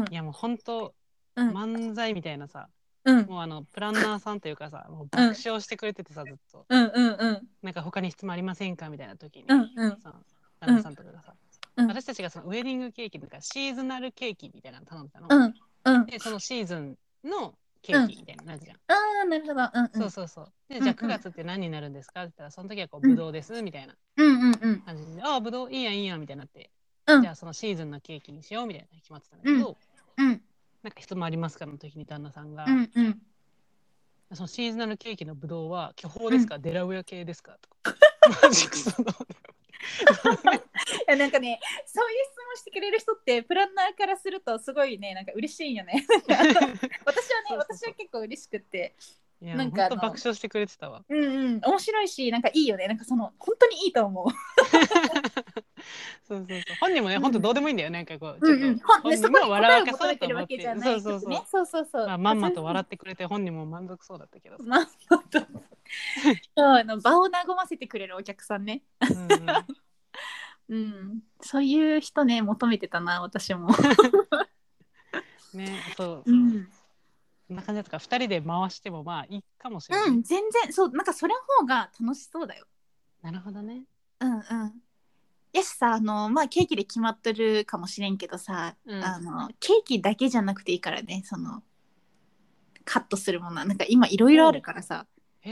[SPEAKER 1] うん
[SPEAKER 2] いやもう本当
[SPEAKER 1] うん
[SPEAKER 2] 漫才みたいなさ、
[SPEAKER 1] うん
[SPEAKER 2] もうあのプランナーさんというかさもう爆笑してくれててさずっと
[SPEAKER 1] うんうんうん
[SPEAKER 2] なんか他に質問ありませんかみたいな時に、
[SPEAKER 1] うんうん
[SPEAKER 2] さ旦那さんとかがさ、
[SPEAKER 1] うん
[SPEAKER 2] 私たちがそのウェディングケーキとかシーズナルケーキみたいなの頼んだの、
[SPEAKER 1] うんうん。
[SPEAKER 2] でそのシーズンのケーキみたいなのあるじゃん、
[SPEAKER 1] ああなるほど。うんうん
[SPEAKER 2] そうそうそうで
[SPEAKER 1] うん
[SPEAKER 2] じゃあ
[SPEAKER 1] う
[SPEAKER 2] 9
[SPEAKER 1] ん
[SPEAKER 2] 月って何になるんですかって言ったらその時はこう
[SPEAKER 1] うん
[SPEAKER 2] ブドウですみたいな
[SPEAKER 1] うんうんうん
[SPEAKER 2] 感じで、ああブドウいいやんいいやんみたいになって、
[SPEAKER 1] うん
[SPEAKER 2] じゃあそのシーズンのケーキにしようみたいなの決まってたんだけど、
[SPEAKER 1] うん
[SPEAKER 2] なんか質問ありますかの時に旦那さんが、
[SPEAKER 1] うんうん。
[SPEAKER 2] そのシーズナルケーキのブドウは巨峰ですか、デラウェア系ですか とかマジクソだ
[SPEAKER 1] いやなんかねそういう質問してくれる人ってプランナーからするとすごいねなんか嬉しいんよね 私はね
[SPEAKER 2] そうそうそう
[SPEAKER 1] 私は結構嬉しくって
[SPEAKER 2] いや
[SPEAKER 1] なんかあの
[SPEAKER 2] ほんと爆笑してくれてたわ
[SPEAKER 1] うんうん面白いしなんかいいよねなんかその本当にいいと思う
[SPEAKER 2] そうそうそう本人もね
[SPEAKER 1] うん
[SPEAKER 2] 本当どうでもいいんだよなんかこう
[SPEAKER 1] う
[SPEAKER 2] ちょっ
[SPEAKER 1] ん
[SPEAKER 2] と、
[SPEAKER 1] うんほんねそ
[SPEAKER 2] 本人
[SPEAKER 1] こ
[SPEAKER 2] が
[SPEAKER 1] に答
[SPEAKER 2] 笑
[SPEAKER 1] え
[SPEAKER 2] う
[SPEAKER 1] を
[SPEAKER 2] か
[SPEAKER 1] 求
[SPEAKER 2] そう
[SPEAKER 1] め
[SPEAKER 2] と
[SPEAKER 1] てる
[SPEAKER 2] 思
[SPEAKER 1] わ
[SPEAKER 2] っ
[SPEAKER 1] け
[SPEAKER 2] て
[SPEAKER 1] じゃない
[SPEAKER 2] そうそう
[SPEAKER 1] けど
[SPEAKER 2] そう、
[SPEAKER 1] ねそうそうそう
[SPEAKER 2] まあ、まんまと笑
[SPEAKER 1] っ
[SPEAKER 2] ってくれて本人も満足そうだったけ ど、
[SPEAKER 1] まんまとそうあの場を和ませてくれるお客さんね
[SPEAKER 2] うんうん
[SPEAKER 1] うんそういう人ね求めてたな私も
[SPEAKER 2] ねそ
[SPEAKER 1] う、
[SPEAKER 2] うそうんこんな感じだったから2人で回してもまあいいかもしれない、
[SPEAKER 1] うん、全然そうなんかそれの方が楽しそうだよ
[SPEAKER 2] なるほどね
[SPEAKER 1] うんうん。やしさあのまあケーキで決まっとるかもしれんけどさ、
[SPEAKER 2] うん
[SPEAKER 1] あのケーキだけじゃなくていいからねそのカットするものはなんか今いろいろあるからさ
[SPEAKER 2] へ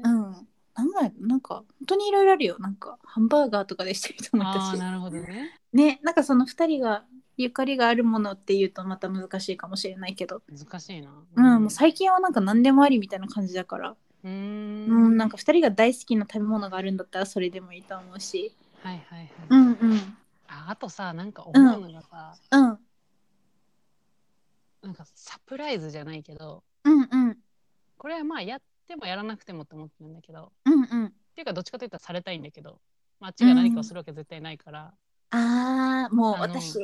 [SPEAKER 1] うんなんだなんか本当にいろいろあるよなんかハンバーガーとかでしてると思った
[SPEAKER 2] ああ
[SPEAKER 1] し
[SPEAKER 2] なるほどね
[SPEAKER 1] ねなんかその2人がゆかりがあるものっていうとまた難しいかもしれないけど、
[SPEAKER 2] 難しいな
[SPEAKER 1] うんもう最近はなんか何でもありみたいな感じだから、
[SPEAKER 2] う
[SPEAKER 1] う
[SPEAKER 2] ー
[SPEAKER 1] んんなんか2人が大好きな食べ物があるんだったらそれでもいいと思うし
[SPEAKER 2] はいはいはい、
[SPEAKER 1] うんうん
[SPEAKER 2] ああとさなんか思うのがさ、
[SPEAKER 1] うん
[SPEAKER 2] なんかサプライズじゃないけど
[SPEAKER 1] うんうん
[SPEAKER 2] これはまあやってもやらなくてもって思ってるんだけどっ
[SPEAKER 1] うんうん
[SPEAKER 2] ていうかどっちかというとされたいんだけど、まあ、あっちが何かをするわけ絶対ないから、
[SPEAKER 1] ああ、もう
[SPEAKER 2] あの
[SPEAKER 1] 私、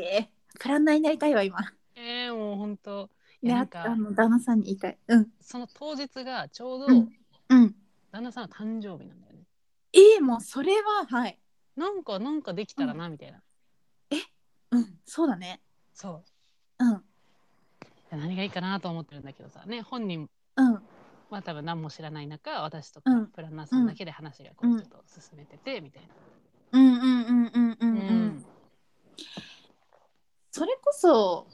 [SPEAKER 1] プランナーになりたいわ、今。
[SPEAKER 2] えー、もうほんとい
[SPEAKER 1] ね、
[SPEAKER 2] やな
[SPEAKER 1] あ
[SPEAKER 2] んか
[SPEAKER 1] あの、旦那さんに言いたい。うん。
[SPEAKER 2] その当日がちょうど
[SPEAKER 1] うんうん。
[SPEAKER 2] 旦那さんの誕生日なんだよね、
[SPEAKER 1] えー、もうそれは、はい。
[SPEAKER 2] なんかなんかできたらなみたいな、
[SPEAKER 1] うん、そうだね。
[SPEAKER 2] そう
[SPEAKER 1] うん。
[SPEAKER 2] 何がいいかなと思ってるんだけどさね本人
[SPEAKER 1] うん。
[SPEAKER 2] は多分何も知らない中私とか
[SPEAKER 1] うん
[SPEAKER 2] プランナーさんだけで話がこ
[SPEAKER 1] うん
[SPEAKER 2] うちょっと進めててみたいな、
[SPEAKER 1] うんうんうんうんうんう。
[SPEAKER 2] うん
[SPEAKER 1] それこそ、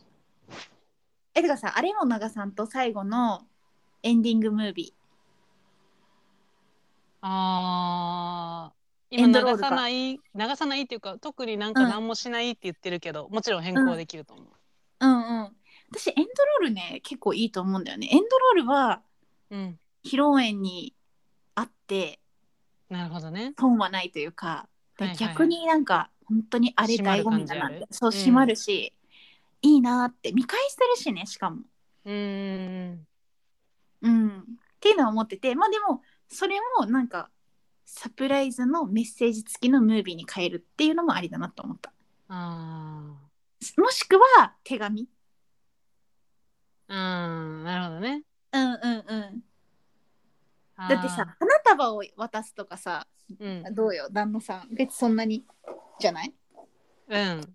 [SPEAKER 1] え、てかさ、あれも長さんと最後のエンディングムービ
[SPEAKER 2] ああ
[SPEAKER 1] エ
[SPEAKER 2] 今
[SPEAKER 1] ンドロー
[SPEAKER 2] 流
[SPEAKER 1] ルか
[SPEAKER 2] さない流さないっていうか特になんか
[SPEAKER 1] うん
[SPEAKER 2] 何もしないって言ってるけど、もちろん変更できると思う。
[SPEAKER 1] ー。うんうん。私、エンドロールね、結構いいと思うんだよね。エンドロールは、
[SPEAKER 2] うん、
[SPEAKER 1] 披露宴にあって、
[SPEAKER 2] なるほどね。
[SPEAKER 1] 損はないというか、で
[SPEAKER 2] はいはい
[SPEAKER 1] 逆になんか本当にあれ
[SPEAKER 2] 締ま
[SPEAKER 1] 醍
[SPEAKER 2] る
[SPEAKER 1] 醐味だなっ
[SPEAKER 2] 感じ
[SPEAKER 1] て
[SPEAKER 2] ある
[SPEAKER 1] そう
[SPEAKER 2] うん
[SPEAKER 1] 閉まるし、いいなって見返してるしねしかも、
[SPEAKER 2] うーん
[SPEAKER 1] うん。っていうのは思っててまあでもそれをなんかサプライズのメッセージ付きのムービーに変えるっていうのもありだなと思った
[SPEAKER 2] あ
[SPEAKER 1] もしくは手紙
[SPEAKER 2] ーあーなるほどね。
[SPEAKER 1] うんうんうん
[SPEAKER 2] あー
[SPEAKER 1] だってさ、花束を渡すとかさ
[SPEAKER 2] うん
[SPEAKER 1] どうよ旦那さん別にそんなにじゃない
[SPEAKER 2] うん、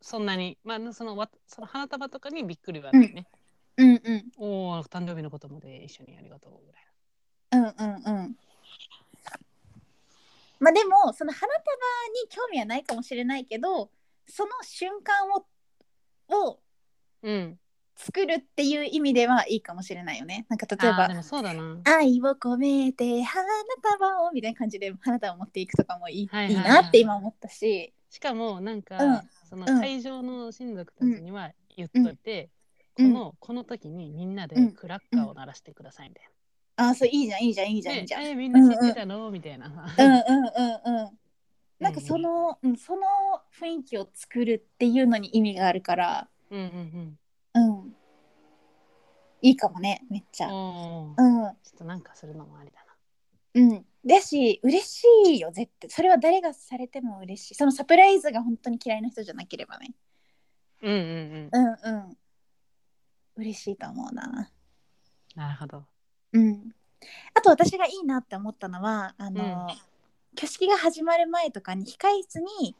[SPEAKER 2] そんなにまあそのわその花束とかにびっくりはないね。
[SPEAKER 1] うんうん
[SPEAKER 2] おお誕生日のことまで一緒にありがとうぐらい
[SPEAKER 1] うんうんうん。まあでもその花束に興味はないかもしれないけどその瞬間をを
[SPEAKER 2] な。うん。
[SPEAKER 1] 作るっていう意味ではいいかもしれないよね。なんか例え
[SPEAKER 2] あー
[SPEAKER 1] ば
[SPEAKER 2] でもそうだな。
[SPEAKER 1] 「愛を込めて花束を」みたいな感じで花束を持っていくとかもいい,、
[SPEAKER 2] はい
[SPEAKER 1] い
[SPEAKER 2] はい
[SPEAKER 1] い
[SPEAKER 2] はい
[SPEAKER 1] なって今思ったし。
[SPEAKER 2] しかもなんか、
[SPEAKER 1] うん
[SPEAKER 2] その
[SPEAKER 1] うん
[SPEAKER 2] 会場の親族たちには言っといて、
[SPEAKER 1] うん
[SPEAKER 2] このこの時にみんなで
[SPEAKER 1] うん
[SPEAKER 2] クラッカーを鳴らしてくださいみたい
[SPEAKER 1] ああそういいじゃんいいじゃんいいじゃ
[SPEAKER 2] な。
[SPEAKER 1] んいいじゃん。
[SPEAKER 2] で
[SPEAKER 1] うん
[SPEAKER 2] えみんな知ってたの、みたいな。
[SPEAKER 1] うんうんうん。なんかその、うん、その雰囲気を作るっていうのに意味があるから、
[SPEAKER 2] うんうん
[SPEAKER 1] うん。いいかもね、めっち
[SPEAKER 2] うん。
[SPEAKER 1] ゃ。
[SPEAKER 2] おー
[SPEAKER 1] うん。
[SPEAKER 2] ちょっとなんかするのもありだ
[SPEAKER 1] うん。だし、嬉しいよ、絶対。それは誰がされても嬉しい。そのサプライズが本当に嫌いな人じゃなければね。
[SPEAKER 2] な。うんうんうん。
[SPEAKER 1] うんうん。嬉しいと思うな。
[SPEAKER 2] なるほど。
[SPEAKER 1] うん、あと私がいいなって思ったのはあの、挙式が始まる前とかに控え室に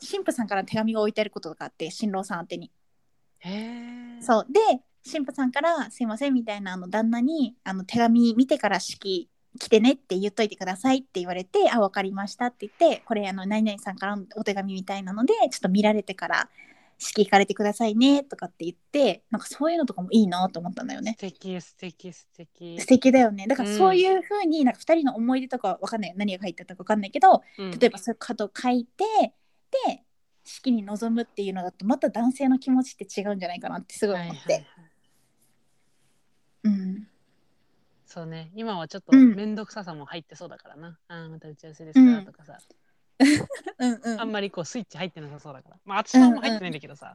[SPEAKER 1] 神父さんから手紙が置いてあることとかあって新郎さん宛てに。
[SPEAKER 2] へえ。う。
[SPEAKER 1] そうで神父さんから「すいません」みたいなあの旦那にあの手紙見てから式来てねって言っといてくださいって言われて「あ分かりました」って言ってこれあの何々さんからのお手紙みたいなのでちょっと見られてから式行かれてくださいねとかって言ってなんかそういうのとかもいいなと思ったんだよね
[SPEAKER 2] 素。敵素敵素敵
[SPEAKER 1] 素。敵だよねだから
[SPEAKER 2] うん
[SPEAKER 1] そういうふうになんか2人の思い出とかわかんない何が入ってたかわかんないけど例えば
[SPEAKER 2] うん
[SPEAKER 1] そういうことを書いてで式に臨むっていうのだとまた男性の気持ちって違うんじゃないかなってすごい
[SPEAKER 2] はい
[SPEAKER 1] 思
[SPEAKER 2] は
[SPEAKER 1] っ
[SPEAKER 2] い
[SPEAKER 1] て、
[SPEAKER 2] はい。
[SPEAKER 1] うん
[SPEAKER 2] そうね。今はちょっ
[SPEAKER 1] う
[SPEAKER 2] と
[SPEAKER 1] ん
[SPEAKER 2] 面倒くささも入ってそうだからな。ああまた打ち合わせです
[SPEAKER 1] う
[SPEAKER 2] か
[SPEAKER 1] ん
[SPEAKER 2] とかさ。
[SPEAKER 1] うんうん
[SPEAKER 2] あんまりこうスイッチ入ってなさそうだから。まあ私はもう入ってないんだけどさ。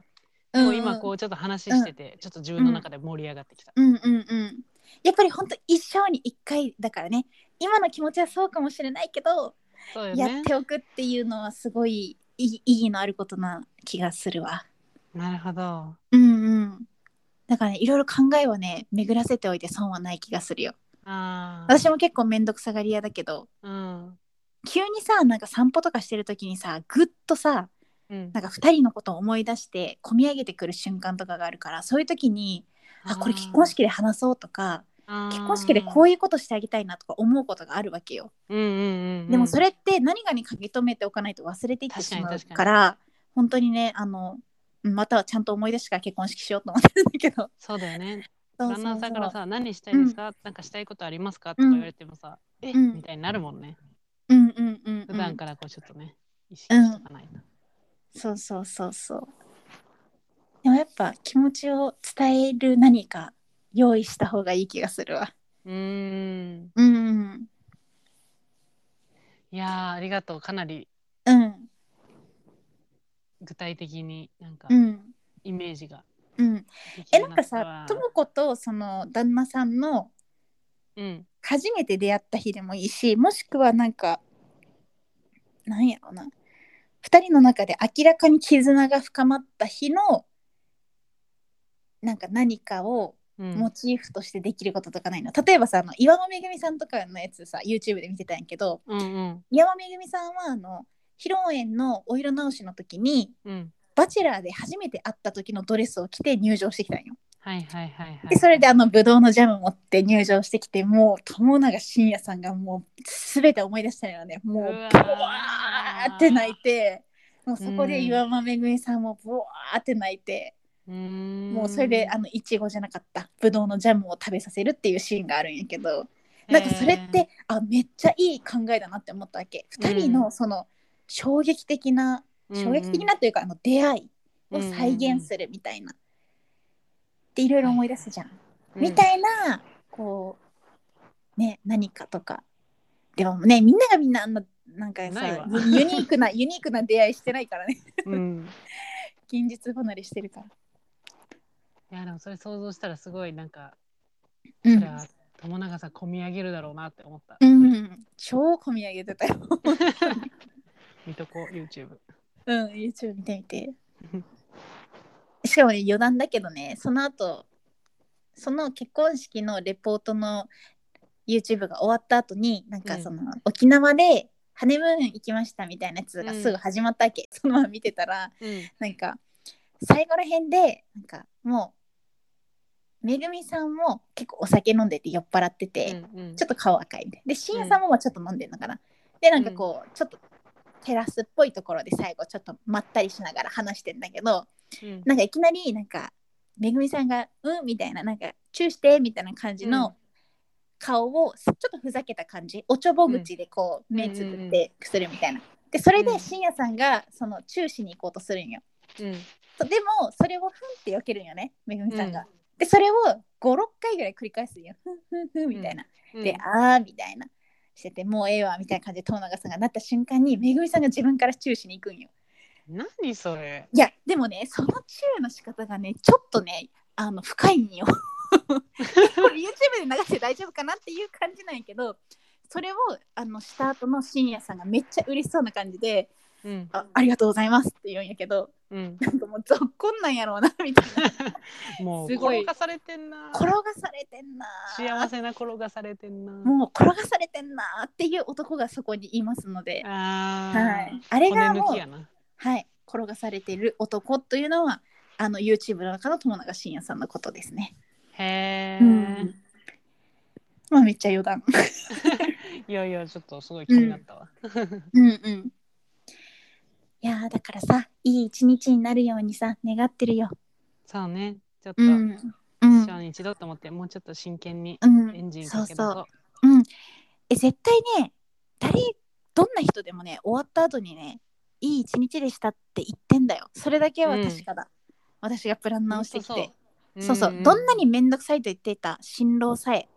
[SPEAKER 1] うん
[SPEAKER 2] もう今こうちょっと話してて、ちょっと自分の中で盛り上がってきた。
[SPEAKER 1] うんうんうんやっぱり本当一生に1回だからね今の気持ちはそうかもしれないけど、
[SPEAKER 2] そうよ
[SPEAKER 1] や
[SPEAKER 2] ね
[SPEAKER 1] っ。ておくっていうのはすごいいい意義のあることな気がするわ
[SPEAKER 2] なるほど。
[SPEAKER 1] うんうんだからねいろいろ考えをね巡らせておいて損はない気がするよ
[SPEAKER 2] ああ。
[SPEAKER 1] 私も結構面倒くさがり屋だけど
[SPEAKER 2] うん。
[SPEAKER 1] 急にさなんか散歩とかしてる時にさぐっとさ
[SPEAKER 2] うん
[SPEAKER 1] なんか2人のことを思い出して込み上げてくる瞬間とかがあるからそういう時にあこれ結婚式で話そうとか結
[SPEAKER 2] 結
[SPEAKER 1] 婚式でこういうことしてあげたいなとか思うことがあるわけよ。
[SPEAKER 2] うんうんうんうん、
[SPEAKER 1] でもそれって何かに書き留めておかないと忘れていってしまう
[SPEAKER 2] 確かに確かに
[SPEAKER 1] から本当にねあのうんまたはちゃんと思い出してから結婚式しようと思ってるんだけど。
[SPEAKER 2] そうだよね
[SPEAKER 1] そうそうそ
[SPEAKER 2] 旦那
[SPEAKER 1] う
[SPEAKER 2] さんからさ何したいんですか、なんかしたいことありますかとか言われてもさ、え
[SPEAKER 1] うん
[SPEAKER 2] みたいになるもんね
[SPEAKER 1] うんうんうん、う
[SPEAKER 2] 普段
[SPEAKER 1] ん、
[SPEAKER 2] からこうちょっとね、意識しとかないと、
[SPEAKER 1] そうそうそうそう。でもやっぱ気持ちを伝える何か用意した方がいい気がするわ。
[SPEAKER 2] うーん
[SPEAKER 1] うん。
[SPEAKER 2] いやーありがとうかなり
[SPEAKER 1] うん。
[SPEAKER 2] 具体的になんか
[SPEAKER 1] うん。
[SPEAKER 2] イメージが
[SPEAKER 1] うん。
[SPEAKER 2] でき
[SPEAKER 1] え、
[SPEAKER 2] る
[SPEAKER 1] なんか
[SPEAKER 2] よう
[SPEAKER 1] さ、
[SPEAKER 2] って
[SPEAKER 1] と
[SPEAKER 2] は
[SPEAKER 1] もことその旦那さんの
[SPEAKER 2] うん
[SPEAKER 1] 初めて出会った日でもいいし、もしくはなんか、なんやろうな。二人の中で明らかに絆が深まった日のなんか何かを
[SPEAKER 2] うん
[SPEAKER 1] モチーフとしてできることとかないの、例えばさあの岩間めぐみさんとかのやつさ YouTube で見てたんやけど
[SPEAKER 2] うんうん
[SPEAKER 1] 岩間めぐみさんはあの披露宴のお色直しの時に
[SPEAKER 2] うん
[SPEAKER 1] バチェラーで初めて会った時のドレスを着て入場してきたんよ。
[SPEAKER 2] はいはいはいはい
[SPEAKER 1] でそれであのブドウのジャム持って入場してきてもう友永信也さんがもう全て思い出したよねもう
[SPEAKER 2] うわ
[SPEAKER 1] ボ
[SPEAKER 2] ー
[SPEAKER 1] ワーって泣いてもうそこで岩間めぐみさんもボワーって泣いて、
[SPEAKER 2] うーん
[SPEAKER 1] もうそれであのいちごじゃなかったブドウのジャムを食べさせるっていうシーンがあるんやけどなんかそれって、あめっちゃいい考えだなって思ったわけ2人
[SPEAKER 2] う
[SPEAKER 1] の
[SPEAKER 2] ん
[SPEAKER 1] その衝撃的な、
[SPEAKER 2] えー
[SPEAKER 1] 衝撃的なというか、あの出会いを再現するみたいな。でいろいろ思い出すじゃん。み
[SPEAKER 2] い
[SPEAKER 1] たいなこうね何かとか。でもねみんながみんなあんななんかさ
[SPEAKER 2] ないわ
[SPEAKER 1] ユユニークなユニークな出会いしてないからね
[SPEAKER 2] うん、うん
[SPEAKER 1] 現実離れしてるから。
[SPEAKER 2] いやでもそれ想像したらすごいなんか
[SPEAKER 1] う
[SPEAKER 2] そ
[SPEAKER 1] ん
[SPEAKER 2] れは友永さん込み上げるだろうなって思った、
[SPEAKER 1] うんうん、超込み上げてたよ。
[SPEAKER 2] 見とこう YouTube
[SPEAKER 1] うん、YouTube 見てみ て。しかもね、余談だけどね、その後、その結婚式のレポートの YouTube が終わった後に、なんか
[SPEAKER 2] うん
[SPEAKER 1] その、沖縄でハネムーン行きましたみたいなやつがすぐ始まったわけ。そのまま見てたら、
[SPEAKER 2] うん
[SPEAKER 1] なんか、最後ら辺で、なんかもう、めぐみさんも結構お酒飲んでて酔っ払ってて、
[SPEAKER 2] うんうん
[SPEAKER 1] ちょっと顔赤いみたいな。で、深夜さんもまあちょっと飲んでるのかな。で、なんかこう、ちょっとテラスっぽいところで最後、ちょっとまったりしながら話してんだけど、
[SPEAKER 2] うん
[SPEAKER 1] なんかいきなり、なんか、めぐみさんが、うんみたいな、なんか、チューしてみたいな感じ
[SPEAKER 2] うん
[SPEAKER 1] の顔を、ちょっとふざけた感じ、おちょぼ口でこう、
[SPEAKER 2] うん
[SPEAKER 1] 目つぶってくするみたいな。で、それ
[SPEAKER 2] う
[SPEAKER 1] で
[SPEAKER 2] ん
[SPEAKER 1] 深夜さんが、その、チューしに行こうとするんよ。
[SPEAKER 2] うん
[SPEAKER 1] そうでも、それをふんって避けるんよね、めぐみさんが。で、それを5、6回ぐらい繰り返すんよ。ふんふんふんみたいな。
[SPEAKER 2] うん
[SPEAKER 1] で、あーみたいな。しててもうええわみたいな感じで遠永さんがなった瞬間にめぐみさんが自分からチューしに行くんよ。
[SPEAKER 2] 何それ
[SPEAKER 1] いやでもねそのチューの仕方がねちょっとねあの深いんよ。結構 YouTube で流して大丈夫かなっていう感じなんやけどそれをあのした後の深夜さんがめっちゃ嬉しそうな感じで
[SPEAKER 2] うん
[SPEAKER 1] 「あありがとうございます」って言うんやけど
[SPEAKER 2] うん
[SPEAKER 1] なんかもうぞっこんなんやろうなみたいな
[SPEAKER 2] もう
[SPEAKER 1] すごい
[SPEAKER 2] 転がされてんな
[SPEAKER 1] 転がされてんな
[SPEAKER 2] 幸せな転がされてんな
[SPEAKER 1] もう転がされてんなっていう男がそこにいますので、
[SPEAKER 2] あー
[SPEAKER 1] はい、あれ
[SPEAKER 2] 骨
[SPEAKER 1] がも
[SPEAKER 2] 抜き
[SPEAKER 1] う
[SPEAKER 2] や、な
[SPEAKER 1] はい、転がされてる男というのはあの YouTube の中の友永信也さんのことですね。
[SPEAKER 2] へ
[SPEAKER 1] う
[SPEAKER 2] え
[SPEAKER 1] んまあめっちゃ余談。
[SPEAKER 2] いやいやちょっとすごい気になったわ
[SPEAKER 1] うんうん。いやーだからさいい一日になるようにさ願ってるよ。
[SPEAKER 2] そうねちょっと
[SPEAKER 1] うん。う
[SPEAKER 2] 一
[SPEAKER 1] ん。
[SPEAKER 2] 生に一度と思ってもうちょっと真剣に
[SPEAKER 1] うん
[SPEAKER 2] エンジン
[SPEAKER 1] そ
[SPEAKER 2] か
[SPEAKER 1] う
[SPEAKER 2] け
[SPEAKER 1] そ
[SPEAKER 2] た
[SPEAKER 1] う。
[SPEAKER 2] と
[SPEAKER 1] うん。え絶対ね誰どんな人でもね終わった後にねいい一日でしたって言ってんだよ。それだけは確かだ。私がプラン直してきて。そうそう、どんなに面倒くさいと言っていた新郎さえ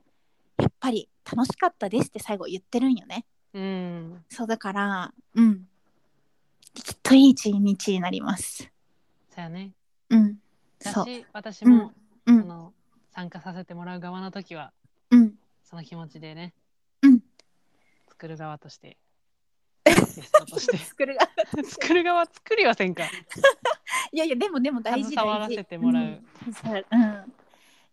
[SPEAKER 1] やっぱり楽しかったですって最後言ってるんよね
[SPEAKER 2] うん
[SPEAKER 1] そうだからうんきっといい一日になります
[SPEAKER 2] そうやね
[SPEAKER 1] うん
[SPEAKER 2] だ
[SPEAKER 1] そう
[SPEAKER 2] し私も
[SPEAKER 1] う
[SPEAKER 2] そ
[SPEAKER 1] ん
[SPEAKER 2] の参加させてもらう側の時は
[SPEAKER 1] うん
[SPEAKER 2] その気持ちでね
[SPEAKER 1] うん
[SPEAKER 2] 作る側としてゲストとし て
[SPEAKER 1] 作るが
[SPEAKER 2] 作る側作りはせんか
[SPEAKER 1] いやいやでもでも大事
[SPEAKER 2] 携わら
[SPEAKER 1] 大事
[SPEAKER 2] せてもらう
[SPEAKER 1] うんそううん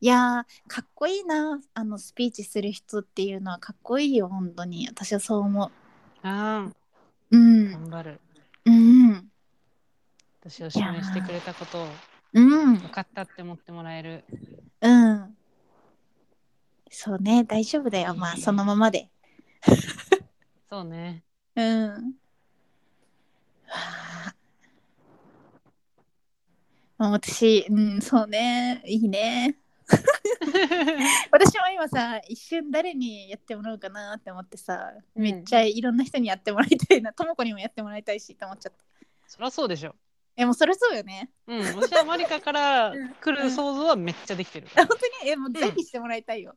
[SPEAKER 1] いやーかっこいいなあのスピーチする人っていうのはかっこいいよ本当に私はそう思
[SPEAKER 2] あー
[SPEAKER 1] ううん
[SPEAKER 2] 頑張る
[SPEAKER 1] うん
[SPEAKER 2] 私を指名してくれたことを
[SPEAKER 1] うん
[SPEAKER 2] よかったって思ってもらえる
[SPEAKER 1] うん。そうね、大丈夫だよ。まあ、そのままで。
[SPEAKER 2] そうね
[SPEAKER 1] うん。はあまあ私、うん、そうね、いいね。私も今さ、一瞬誰にやってもらおうかなって思ってさ、
[SPEAKER 2] うん
[SPEAKER 1] めっちゃいろんな人にやってもらいたいな、と もこにもやってもらいたいしと思っちゃった。
[SPEAKER 2] そりゃそうでしょ
[SPEAKER 1] え、もうそれそうよね。
[SPEAKER 2] うん私はマリカから来る想像はめっちゃできてる
[SPEAKER 1] あ本当に、え、もうぜひしてもらいたいよ。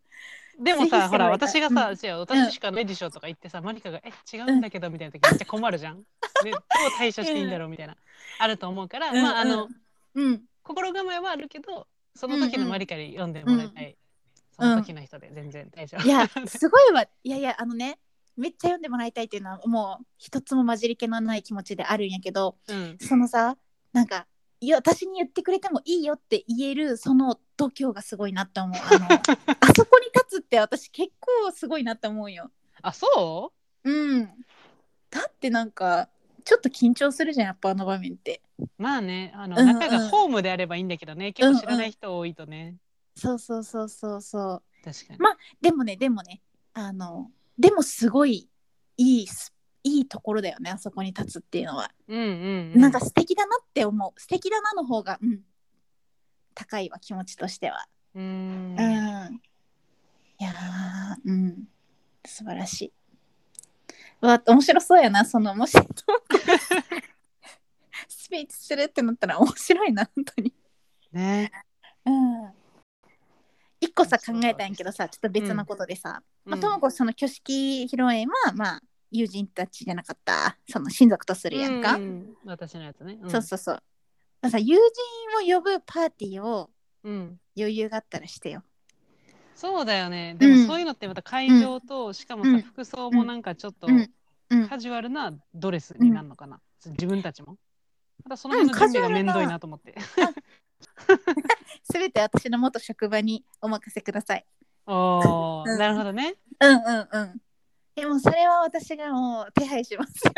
[SPEAKER 2] でも
[SPEAKER 1] ぜひして
[SPEAKER 2] さほら
[SPEAKER 1] もらいたい
[SPEAKER 2] 私がさ、
[SPEAKER 1] う
[SPEAKER 2] 違う私しかないでしょとか言ってさマリカが「え違うんだけど」みたいな時めっちゃ困るじゃん。でどう対処していいんだろうみたいなあると思うから、
[SPEAKER 1] うん
[SPEAKER 2] まああの
[SPEAKER 1] うん。
[SPEAKER 2] 心構えはあるけどその時のマリカに読んでもらいたい、
[SPEAKER 1] うん
[SPEAKER 2] その時の人で全然大丈夫。
[SPEAKER 1] いや、すごいわ。 いやいや、あのね、めっちゃ読んでもらいたいっていうのは、もう一つも混じり気のない気持ちであるんやけど、
[SPEAKER 2] うん
[SPEAKER 1] そのさ、なんか、いや、私に言ってくれてもいいよって言える、その度胸がすごいなって思う。あ のあそこに立つって私結構すごいなって思うよ。
[SPEAKER 2] あそ
[SPEAKER 1] うん。だってなんか、ちょっと緊張するじゃん、やっぱあの場面って。
[SPEAKER 2] うまあねあの
[SPEAKER 1] うんうん
[SPEAKER 2] 中がホームであればいいんだけどね結構知らない人多いとね、
[SPEAKER 1] そうそうそうそうそう。
[SPEAKER 2] 確かに。
[SPEAKER 1] までもね、でもね、あの、でもすごいいいす、いいところだよね、あそこに立つっていうのは。
[SPEAKER 2] うんうん、うん、
[SPEAKER 1] なんか素敵だなって思う素敵だなの方が、うん、高いわ気持ちとしては
[SPEAKER 2] う
[SPEAKER 1] うんん、いやーうん素晴らしいうわ面白そうやなそのもし スピーチするってなったら面白いな本当に
[SPEAKER 2] ね
[SPEAKER 1] うん一個さ考えたんやけどさちょっと別のことでさ、まあ、ともこその挙式披露宴はまあ友人たちじゃなかったその親族とするやんか、
[SPEAKER 2] うんうん私のやつね、ん
[SPEAKER 1] そうそうそう。まあ、さ友人を呼ぶパーティーを
[SPEAKER 2] うん
[SPEAKER 1] 余裕があったらしてよ。
[SPEAKER 2] そうだよね。
[SPEAKER 1] う
[SPEAKER 2] で
[SPEAKER 1] ん
[SPEAKER 2] もそういうのってまた会場と、しかもさ、
[SPEAKER 1] うん
[SPEAKER 2] 服装もなんかちょっと
[SPEAKER 1] うんうん、
[SPEAKER 2] カジュアルなドレスになるのかな。自分たちも。またその辺の
[SPEAKER 1] うん
[SPEAKER 2] 準
[SPEAKER 1] カ
[SPEAKER 2] 備が
[SPEAKER 1] ジュアル
[SPEAKER 2] 面
[SPEAKER 1] な
[SPEAKER 2] 倒いなと思 って。
[SPEAKER 1] すべて私の元職場にお任せください。
[SPEAKER 2] おお、
[SPEAKER 1] うん
[SPEAKER 2] なるほどね。
[SPEAKER 1] うんうんうん。でもそれは私がもう手配しますよ。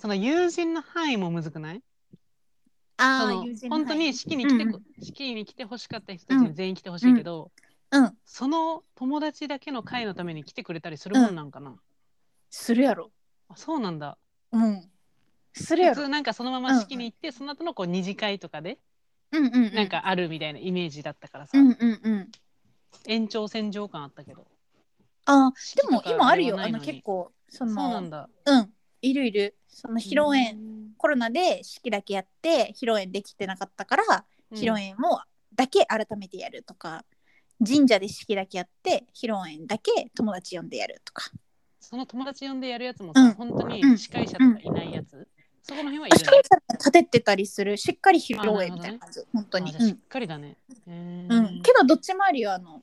[SPEAKER 2] その友人の範囲もむずくないそ
[SPEAKER 1] あ
[SPEAKER 2] の
[SPEAKER 1] あ、友人の
[SPEAKER 2] 本当に式に来てこ、式に来てほしかった人たちに全員来てほしいけど、
[SPEAKER 1] うん、
[SPEAKER 2] その友達だけの会のために来てくれたりするもんなんかな。
[SPEAKER 1] するやろ。
[SPEAKER 2] あそうなんだ。
[SPEAKER 1] うん。するや
[SPEAKER 2] 普
[SPEAKER 1] ろ
[SPEAKER 2] 通。なんかそのまま式に行って、その後のこう二次会とかで
[SPEAKER 1] うんうん、うん。
[SPEAKER 2] なん。かあるみたいなイメージだったからさ。
[SPEAKER 1] うんうんうん。
[SPEAKER 2] 延長線上感あったけど。
[SPEAKER 1] ああ、
[SPEAKER 2] 式
[SPEAKER 1] で
[SPEAKER 2] と
[SPEAKER 1] も
[SPEAKER 2] か
[SPEAKER 1] 今ある
[SPEAKER 2] で
[SPEAKER 1] よ。
[SPEAKER 2] はな
[SPEAKER 1] あ
[SPEAKER 2] い
[SPEAKER 1] の
[SPEAKER 2] に
[SPEAKER 1] 結構、そ
[SPEAKER 2] そう
[SPEAKER 1] の、
[SPEAKER 2] なんだ。
[SPEAKER 1] うん。いるいる。その披露宴、
[SPEAKER 2] うん
[SPEAKER 1] コロナで式だけやって、披露宴できてなかったから、披露
[SPEAKER 2] うん
[SPEAKER 1] 宴もだけ改めてやるとか、神社で式だけやって披露宴だけ友達呼んでやるとか
[SPEAKER 2] その友達呼んでやるやつも
[SPEAKER 1] う
[SPEAKER 2] さ
[SPEAKER 1] ん
[SPEAKER 2] 本当
[SPEAKER 1] うん
[SPEAKER 2] に司会者とかいないやつそこの辺はい
[SPEAKER 1] あ
[SPEAKER 2] る
[SPEAKER 1] 司会者が立ててたりするしっかり披露宴みたいな感じ本当
[SPEAKER 2] のあ
[SPEAKER 1] に
[SPEAKER 2] じゃあ
[SPEAKER 1] う
[SPEAKER 2] しっ
[SPEAKER 1] ん
[SPEAKER 2] かりだねへー
[SPEAKER 1] うん、けどどっちもあるよあの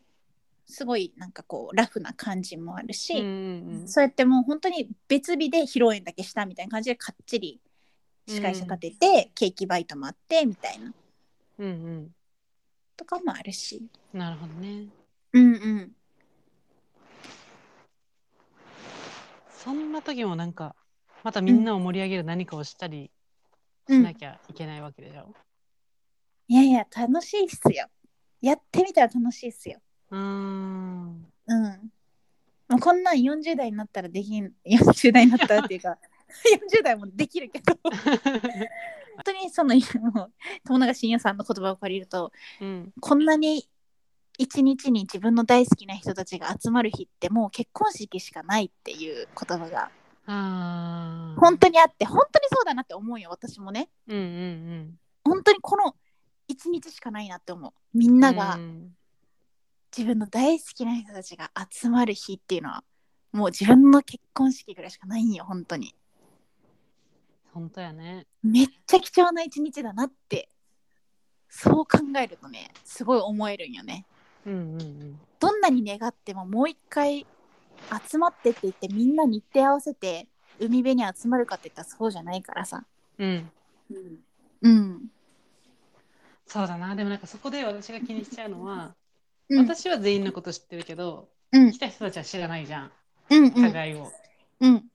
[SPEAKER 1] すごいなんかこうラフな感じもあるし、
[SPEAKER 2] うんうんうん
[SPEAKER 1] そうやってもう本当に別日で披露宴だけしたみたいな感じでかっちり司会者立てて、ケーキバイトもあってみたいな
[SPEAKER 2] うん
[SPEAKER 1] とかもあるし
[SPEAKER 2] うんなるほどね
[SPEAKER 1] うんうん
[SPEAKER 2] そんな時もなんかまたみんなを盛り上げる何かをしたり
[SPEAKER 1] う
[SPEAKER 2] し
[SPEAKER 1] ん
[SPEAKER 2] な、きゃいけないわけでしょ
[SPEAKER 1] いやいや楽しいっすよやってみたら楽しいっすよ
[SPEAKER 2] うーん
[SPEAKER 1] うんもうこんなん40代になったらできん40代になったらっていうか 40代もできるけど本当にそのもう友永信也さんの言葉を借りると
[SPEAKER 2] うん
[SPEAKER 1] こんなに一日に自分の大好きな人たちが集まる日ってもう結婚式しかないっていう言葉が
[SPEAKER 2] あー
[SPEAKER 1] 本当にあって本当にそうだなって思うよ私もね
[SPEAKER 2] うんうんうん
[SPEAKER 1] 本当にこの一日しかないなって思うみんな
[SPEAKER 2] う
[SPEAKER 1] が
[SPEAKER 2] ん
[SPEAKER 1] 自分の大好きな人たちが集まる日っていうのはもう自分の結婚式ぐらいしかないんよ本当に
[SPEAKER 2] 本当やね
[SPEAKER 1] めっちゃ貴重な一日だなってそう考えるとねすごい思えるんよね
[SPEAKER 2] うんうんうん
[SPEAKER 1] どんなに願ってももう一回集まってって言ってみんな日程合わせて海辺に集まるかって言ったらそうじゃないからさ
[SPEAKER 2] うん
[SPEAKER 1] うん、うん
[SPEAKER 2] そうだなでもなんかそこで私が気にしちゃうのは、
[SPEAKER 1] うん
[SPEAKER 2] 私は全員のこと知ってるけど、
[SPEAKER 1] うん
[SPEAKER 2] 来た人たちは知らないじゃん
[SPEAKER 1] うんうん
[SPEAKER 2] 互いを、
[SPEAKER 1] うん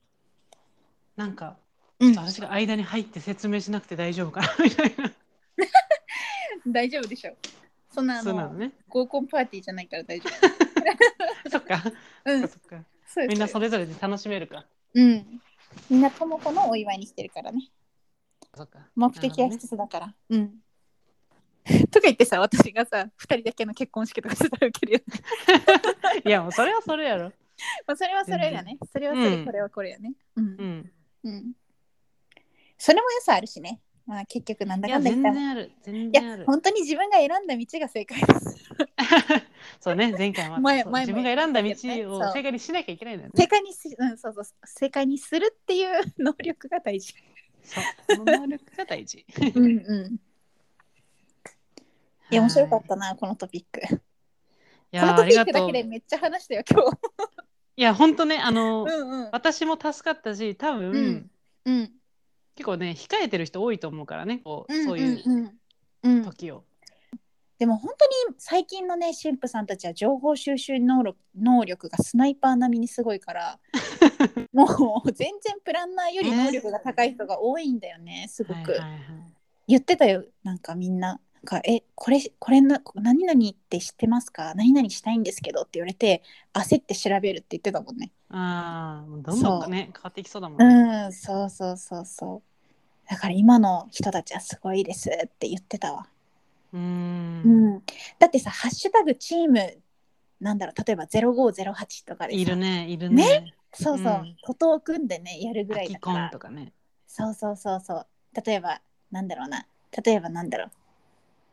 [SPEAKER 2] なんか
[SPEAKER 1] う
[SPEAKER 2] ちょ
[SPEAKER 1] ん
[SPEAKER 2] っと私が間に入って説明しなくて大丈夫かなみたいな
[SPEAKER 1] 大丈夫でしょそんなあ
[SPEAKER 2] そうなの
[SPEAKER 1] の
[SPEAKER 2] ね
[SPEAKER 1] 合コンパーティーじゃないから大丈夫
[SPEAKER 2] そっか、
[SPEAKER 1] う
[SPEAKER 2] そ
[SPEAKER 1] ん
[SPEAKER 2] っか
[SPEAKER 1] そう
[SPEAKER 2] みんな
[SPEAKER 1] です
[SPEAKER 2] それぞれで楽しめるか
[SPEAKER 1] うんみんなともこのお祝いに来てるからね
[SPEAKER 2] そっか
[SPEAKER 1] 目的
[SPEAKER 2] な
[SPEAKER 1] は
[SPEAKER 2] るほどね
[SPEAKER 1] 一つだから、うん とか言ってさ私がさ2人だけの結婚式とかしてたらウケるよね
[SPEAKER 2] いやもうそれはそれやろ
[SPEAKER 1] まあそれはそれだねそれはそれ、
[SPEAKER 2] うん
[SPEAKER 1] これはこれやねうん
[SPEAKER 2] うん
[SPEAKER 1] うんそれも良さあるしねまあ結局なんだ
[SPEAKER 2] い
[SPEAKER 1] か
[SPEAKER 2] や
[SPEAKER 1] んだ
[SPEAKER 2] 全
[SPEAKER 1] 言ったらい
[SPEAKER 2] 然ある全
[SPEAKER 1] や
[SPEAKER 2] 然ある
[SPEAKER 1] 本当に自分が選んだ道が正解です
[SPEAKER 2] そうね前回は
[SPEAKER 1] 前
[SPEAKER 2] そう
[SPEAKER 1] 前も
[SPEAKER 2] 自分が選んだ道
[SPEAKER 1] そう
[SPEAKER 2] を正解にしなきゃいけないんだよね
[SPEAKER 1] 正解にす、うん、そうそう正解にするっていう能力が大事
[SPEAKER 2] そうその能力が大事
[SPEAKER 1] うんうん いや面白かったなこのトピック
[SPEAKER 2] い
[SPEAKER 1] こ
[SPEAKER 2] や
[SPEAKER 1] の
[SPEAKER 2] あ
[SPEAKER 1] ト
[SPEAKER 2] り
[SPEAKER 1] ピ
[SPEAKER 2] が
[SPEAKER 1] ックだ
[SPEAKER 2] とう
[SPEAKER 1] けで
[SPEAKER 2] い
[SPEAKER 1] めっちゃ話したよ今日
[SPEAKER 2] や本当ねあの、
[SPEAKER 1] うんうん
[SPEAKER 2] 私も助かったし多分、
[SPEAKER 1] うんうん
[SPEAKER 2] 結構ね控えてる人多いと思うからねこう、
[SPEAKER 1] うん
[SPEAKER 2] そういう
[SPEAKER 1] うんうんうん
[SPEAKER 2] 時を。
[SPEAKER 1] でも本当に最近のね神父さんたちは情報収集能力能力がスナイパー並みにすごいから もう全然プランナーより能力が高い人が多いんだよねすご
[SPEAKER 2] はい
[SPEAKER 1] く、
[SPEAKER 2] はいはい
[SPEAKER 1] 言ってたよなんかみんななんかえこれこれな何々って知ってますか何々したいんですけどって言われて焦って調べるって言ってたもんね
[SPEAKER 2] ああどんど
[SPEAKER 1] そうん
[SPEAKER 2] ね変わっていきそうだもんね。
[SPEAKER 1] うんそうそうそうそうだから今の人たちはすごいですって言ってたわ
[SPEAKER 2] うーん
[SPEAKER 1] うん、だってさ「ハッシュタグチーム」なんだろう例えば0508とかでさ
[SPEAKER 2] いるねいる
[SPEAKER 1] ね
[SPEAKER 2] ね。
[SPEAKER 1] そうそう、
[SPEAKER 2] うん
[SPEAKER 1] 徒党を組んでねやるぐら
[SPEAKER 2] ア
[SPEAKER 1] い
[SPEAKER 2] キ
[SPEAKER 1] だか
[SPEAKER 2] コン
[SPEAKER 1] ら
[SPEAKER 2] とかね。
[SPEAKER 1] そうそうそうそう例えばなんだろうな例えばなんだろう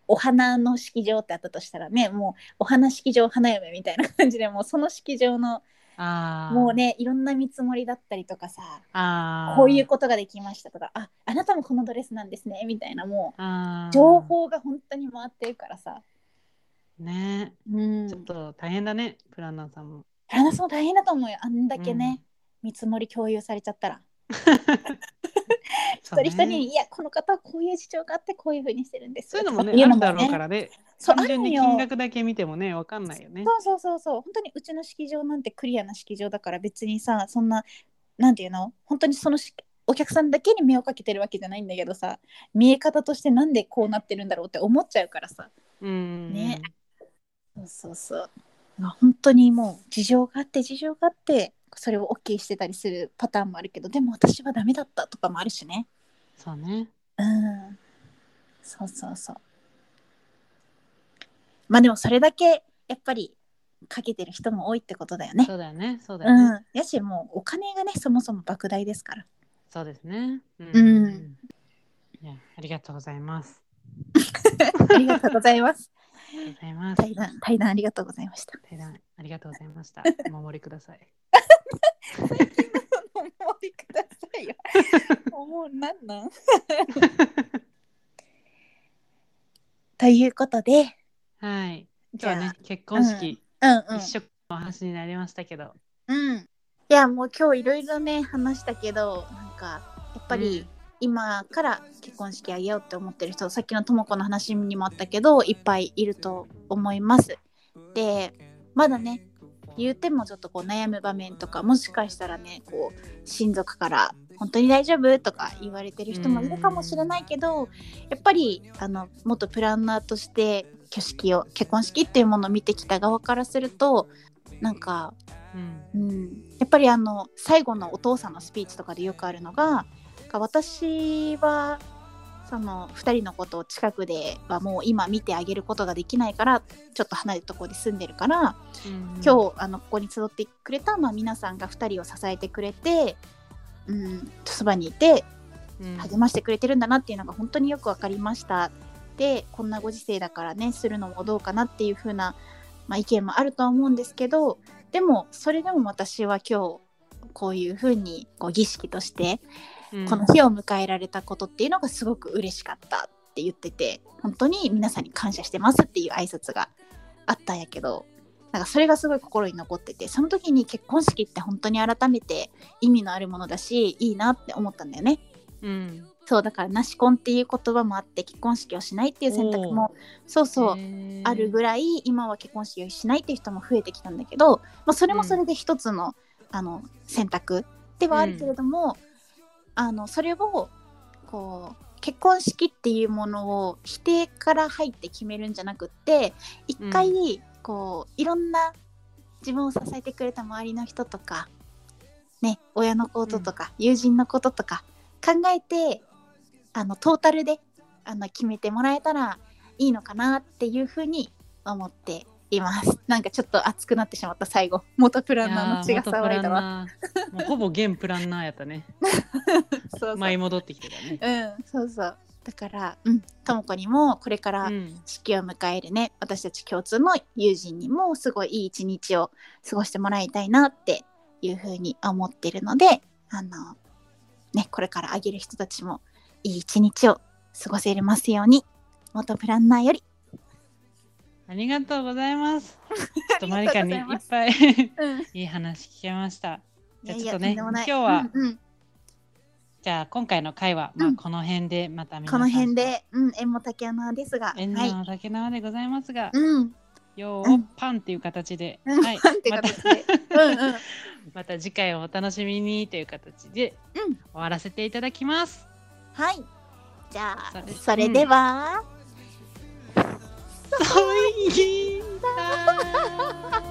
[SPEAKER 1] お花の式場ってあったとしたらねもうお花式場花嫁みたいな感じでもうその式場の
[SPEAKER 2] ああ
[SPEAKER 1] もうねいろんな見積もりだったりとかさ
[SPEAKER 2] あー
[SPEAKER 1] こういうことができましたとかああなたもこのドレスなんですねみたいなもう
[SPEAKER 2] あー
[SPEAKER 1] 情報が本当に回ってるからさ、
[SPEAKER 2] ね
[SPEAKER 1] うん
[SPEAKER 2] ちょっと大変だねプランナーさんも。
[SPEAKER 1] ラナさんも大変だと思うよあんだけね、見積もり共有されちゃったら
[SPEAKER 2] 一
[SPEAKER 1] 一人一人に「いやこの方はこういう事情があってこういうふうにしてるんです」
[SPEAKER 2] そういうのもね
[SPEAKER 1] とか
[SPEAKER 2] あるだろうか
[SPEAKER 1] ね
[SPEAKER 2] らね。
[SPEAKER 1] そうある
[SPEAKER 2] 単純
[SPEAKER 1] の
[SPEAKER 2] に
[SPEAKER 1] よ
[SPEAKER 2] 金額だけ見てもねわかんないよね。
[SPEAKER 1] そうそうそうそう本当にうちの式場なんてクリアな式場だから別にさそんななんていうの本当にそのしお客さんだけに目をかけてるわけじゃないんだけどさ見え方としてなんでこうなってるんだろうって思っちゃうからさ
[SPEAKER 2] うんうんうん
[SPEAKER 1] ねそうそうそうあ本当にもう事情があって事情があってそれを OK してたりするパターンもあるけどでも私はダメだったとかもあるしね
[SPEAKER 2] そうね。
[SPEAKER 1] うんそうそうそう。まあでもそれだけやっぱりかけてる人も多いってことだよね
[SPEAKER 2] そ。うだよねそうだよね。
[SPEAKER 1] うん、やしもうお金がねそもそも莫大ですから。
[SPEAKER 2] そうですね。う
[SPEAKER 1] うん
[SPEAKER 2] いや、ありがとうございます。
[SPEAKER 1] ありがとうございます。
[SPEAKER 2] ありがとうございます。
[SPEAKER 1] 対談対談ありがとうございました。
[SPEAKER 2] 対談ありがとうございました。お守りください。
[SPEAKER 1] うなんなんということで
[SPEAKER 2] はい。今日
[SPEAKER 1] じゃあ
[SPEAKER 2] はね、結婚式、
[SPEAKER 1] うん
[SPEAKER 2] 一緒のお話になりましたけど。やっ
[SPEAKER 1] うんうんいやもう今日いろいろね話したけどなんかやっぱり、今から結婚式あげようって思ってる人さっきのとも子の話にもあったけどいっぱいいると思います。でまだね言うてもちょっとこう悩む場面とかもしかしたらねこう親族から「本当に大丈夫?」とか言われてる人もいるかもしれないけどやっぱりあの元プランナーとして挙式を結婚式っていうものを見てきた側からするとなんか
[SPEAKER 2] うん。
[SPEAKER 1] うん、やっぱりあの最後のお父さんのスピーチとかでよくあるのがなんか私はその2人のことを近くではもう今見てあげることができないからちょっと離れたところで住んでるから
[SPEAKER 2] 今
[SPEAKER 1] 今日あのここに集ってくれた、まあ、皆さんが2人を支えてくれて、うん、そばにいて励ましてくれてるんだなっていうのが本当によく分かりましたでこんなご時世だからねするのもどうかなっていう風な、まあ、意見もあるとは思うんですけどでもそれでも私は今日こういう風にこう儀式としてこの日を迎えられたことっていうのがすごく嬉しかったって言ってて本当に皆さんに感謝してますっていう挨拶があったんやけどなんかそれがすごい心に残っててその時に結婚式って本当に改めて意味のあるものだしいいなって思ったんだよね。
[SPEAKER 2] うん。
[SPEAKER 1] そうだからなし婚っていう言葉もあって結婚式をしないっていう選択もそうそうある
[SPEAKER 2] らい。
[SPEAKER 1] ぐらい今は結婚式をしないっていう人も増えてきたんだけど、まあ、それもそれで一つの,、あの選択ではあるけれども、あのそれをこう結婚式っていうものを否定から入って決めるんじゃなくって一回こう、いろんな自分を支えてくれた周りの人とか、ね、親のこととか、友人のこととか考えてあのトータルであの決めてもらえたらいいのかなっていうふうに思っています。 なんかちょっと熱くなってしまった最後 元プランナーの血が騒いだわ。
[SPEAKER 2] わ。もうほぼ現プランナーやっ たね。
[SPEAKER 1] そうそう
[SPEAKER 2] 舞い戻ってきてたね。
[SPEAKER 1] うん、そうそうだからうんともこにもこれから
[SPEAKER 2] うん
[SPEAKER 1] 式を迎えるね、私たち共通の友人にもすごいいい一日を過ごしてもらいたいなっていうふうに思ってるのであのねこれからあげる人たちもいい一日を過ごせれますように元プランナーより、
[SPEAKER 2] ありがとうござ います。ちょっとマリカにいっ
[SPEAKER 1] ありがと
[SPEAKER 2] ぱい
[SPEAKER 1] うん、
[SPEAKER 2] いい話聞けました。じゃあ
[SPEAKER 1] い
[SPEAKER 2] ちょ
[SPEAKER 1] やいやと
[SPEAKER 2] っと
[SPEAKER 1] ん
[SPEAKER 2] ね、
[SPEAKER 1] でも
[SPEAKER 2] 今
[SPEAKER 1] ない
[SPEAKER 2] 日は、
[SPEAKER 1] うんうん
[SPEAKER 2] じゃあ今回の会は、ま
[SPEAKER 1] う
[SPEAKER 2] あ
[SPEAKER 1] ん
[SPEAKER 2] この辺でまた皆さ
[SPEAKER 1] こ
[SPEAKER 2] ん
[SPEAKER 1] の辺で、うん、縁も竹穴ですが、は
[SPEAKER 2] 縁
[SPEAKER 1] い、
[SPEAKER 2] の竹縄でございますが、
[SPEAKER 1] うん、
[SPEAKER 2] よ
[SPEAKER 1] う
[SPEAKER 2] うんパンっていう形で、
[SPEAKER 1] うん
[SPEAKER 2] はい
[SPEAKER 1] パンって
[SPEAKER 2] また
[SPEAKER 1] 形で、うん、うん、
[SPEAKER 2] また次回をお楽しみにという形で
[SPEAKER 1] うん
[SPEAKER 2] 終わらせていただきます。
[SPEAKER 1] はい、じゃあ
[SPEAKER 2] それ
[SPEAKER 1] それでは。
[SPEAKER 2] ソイギンだー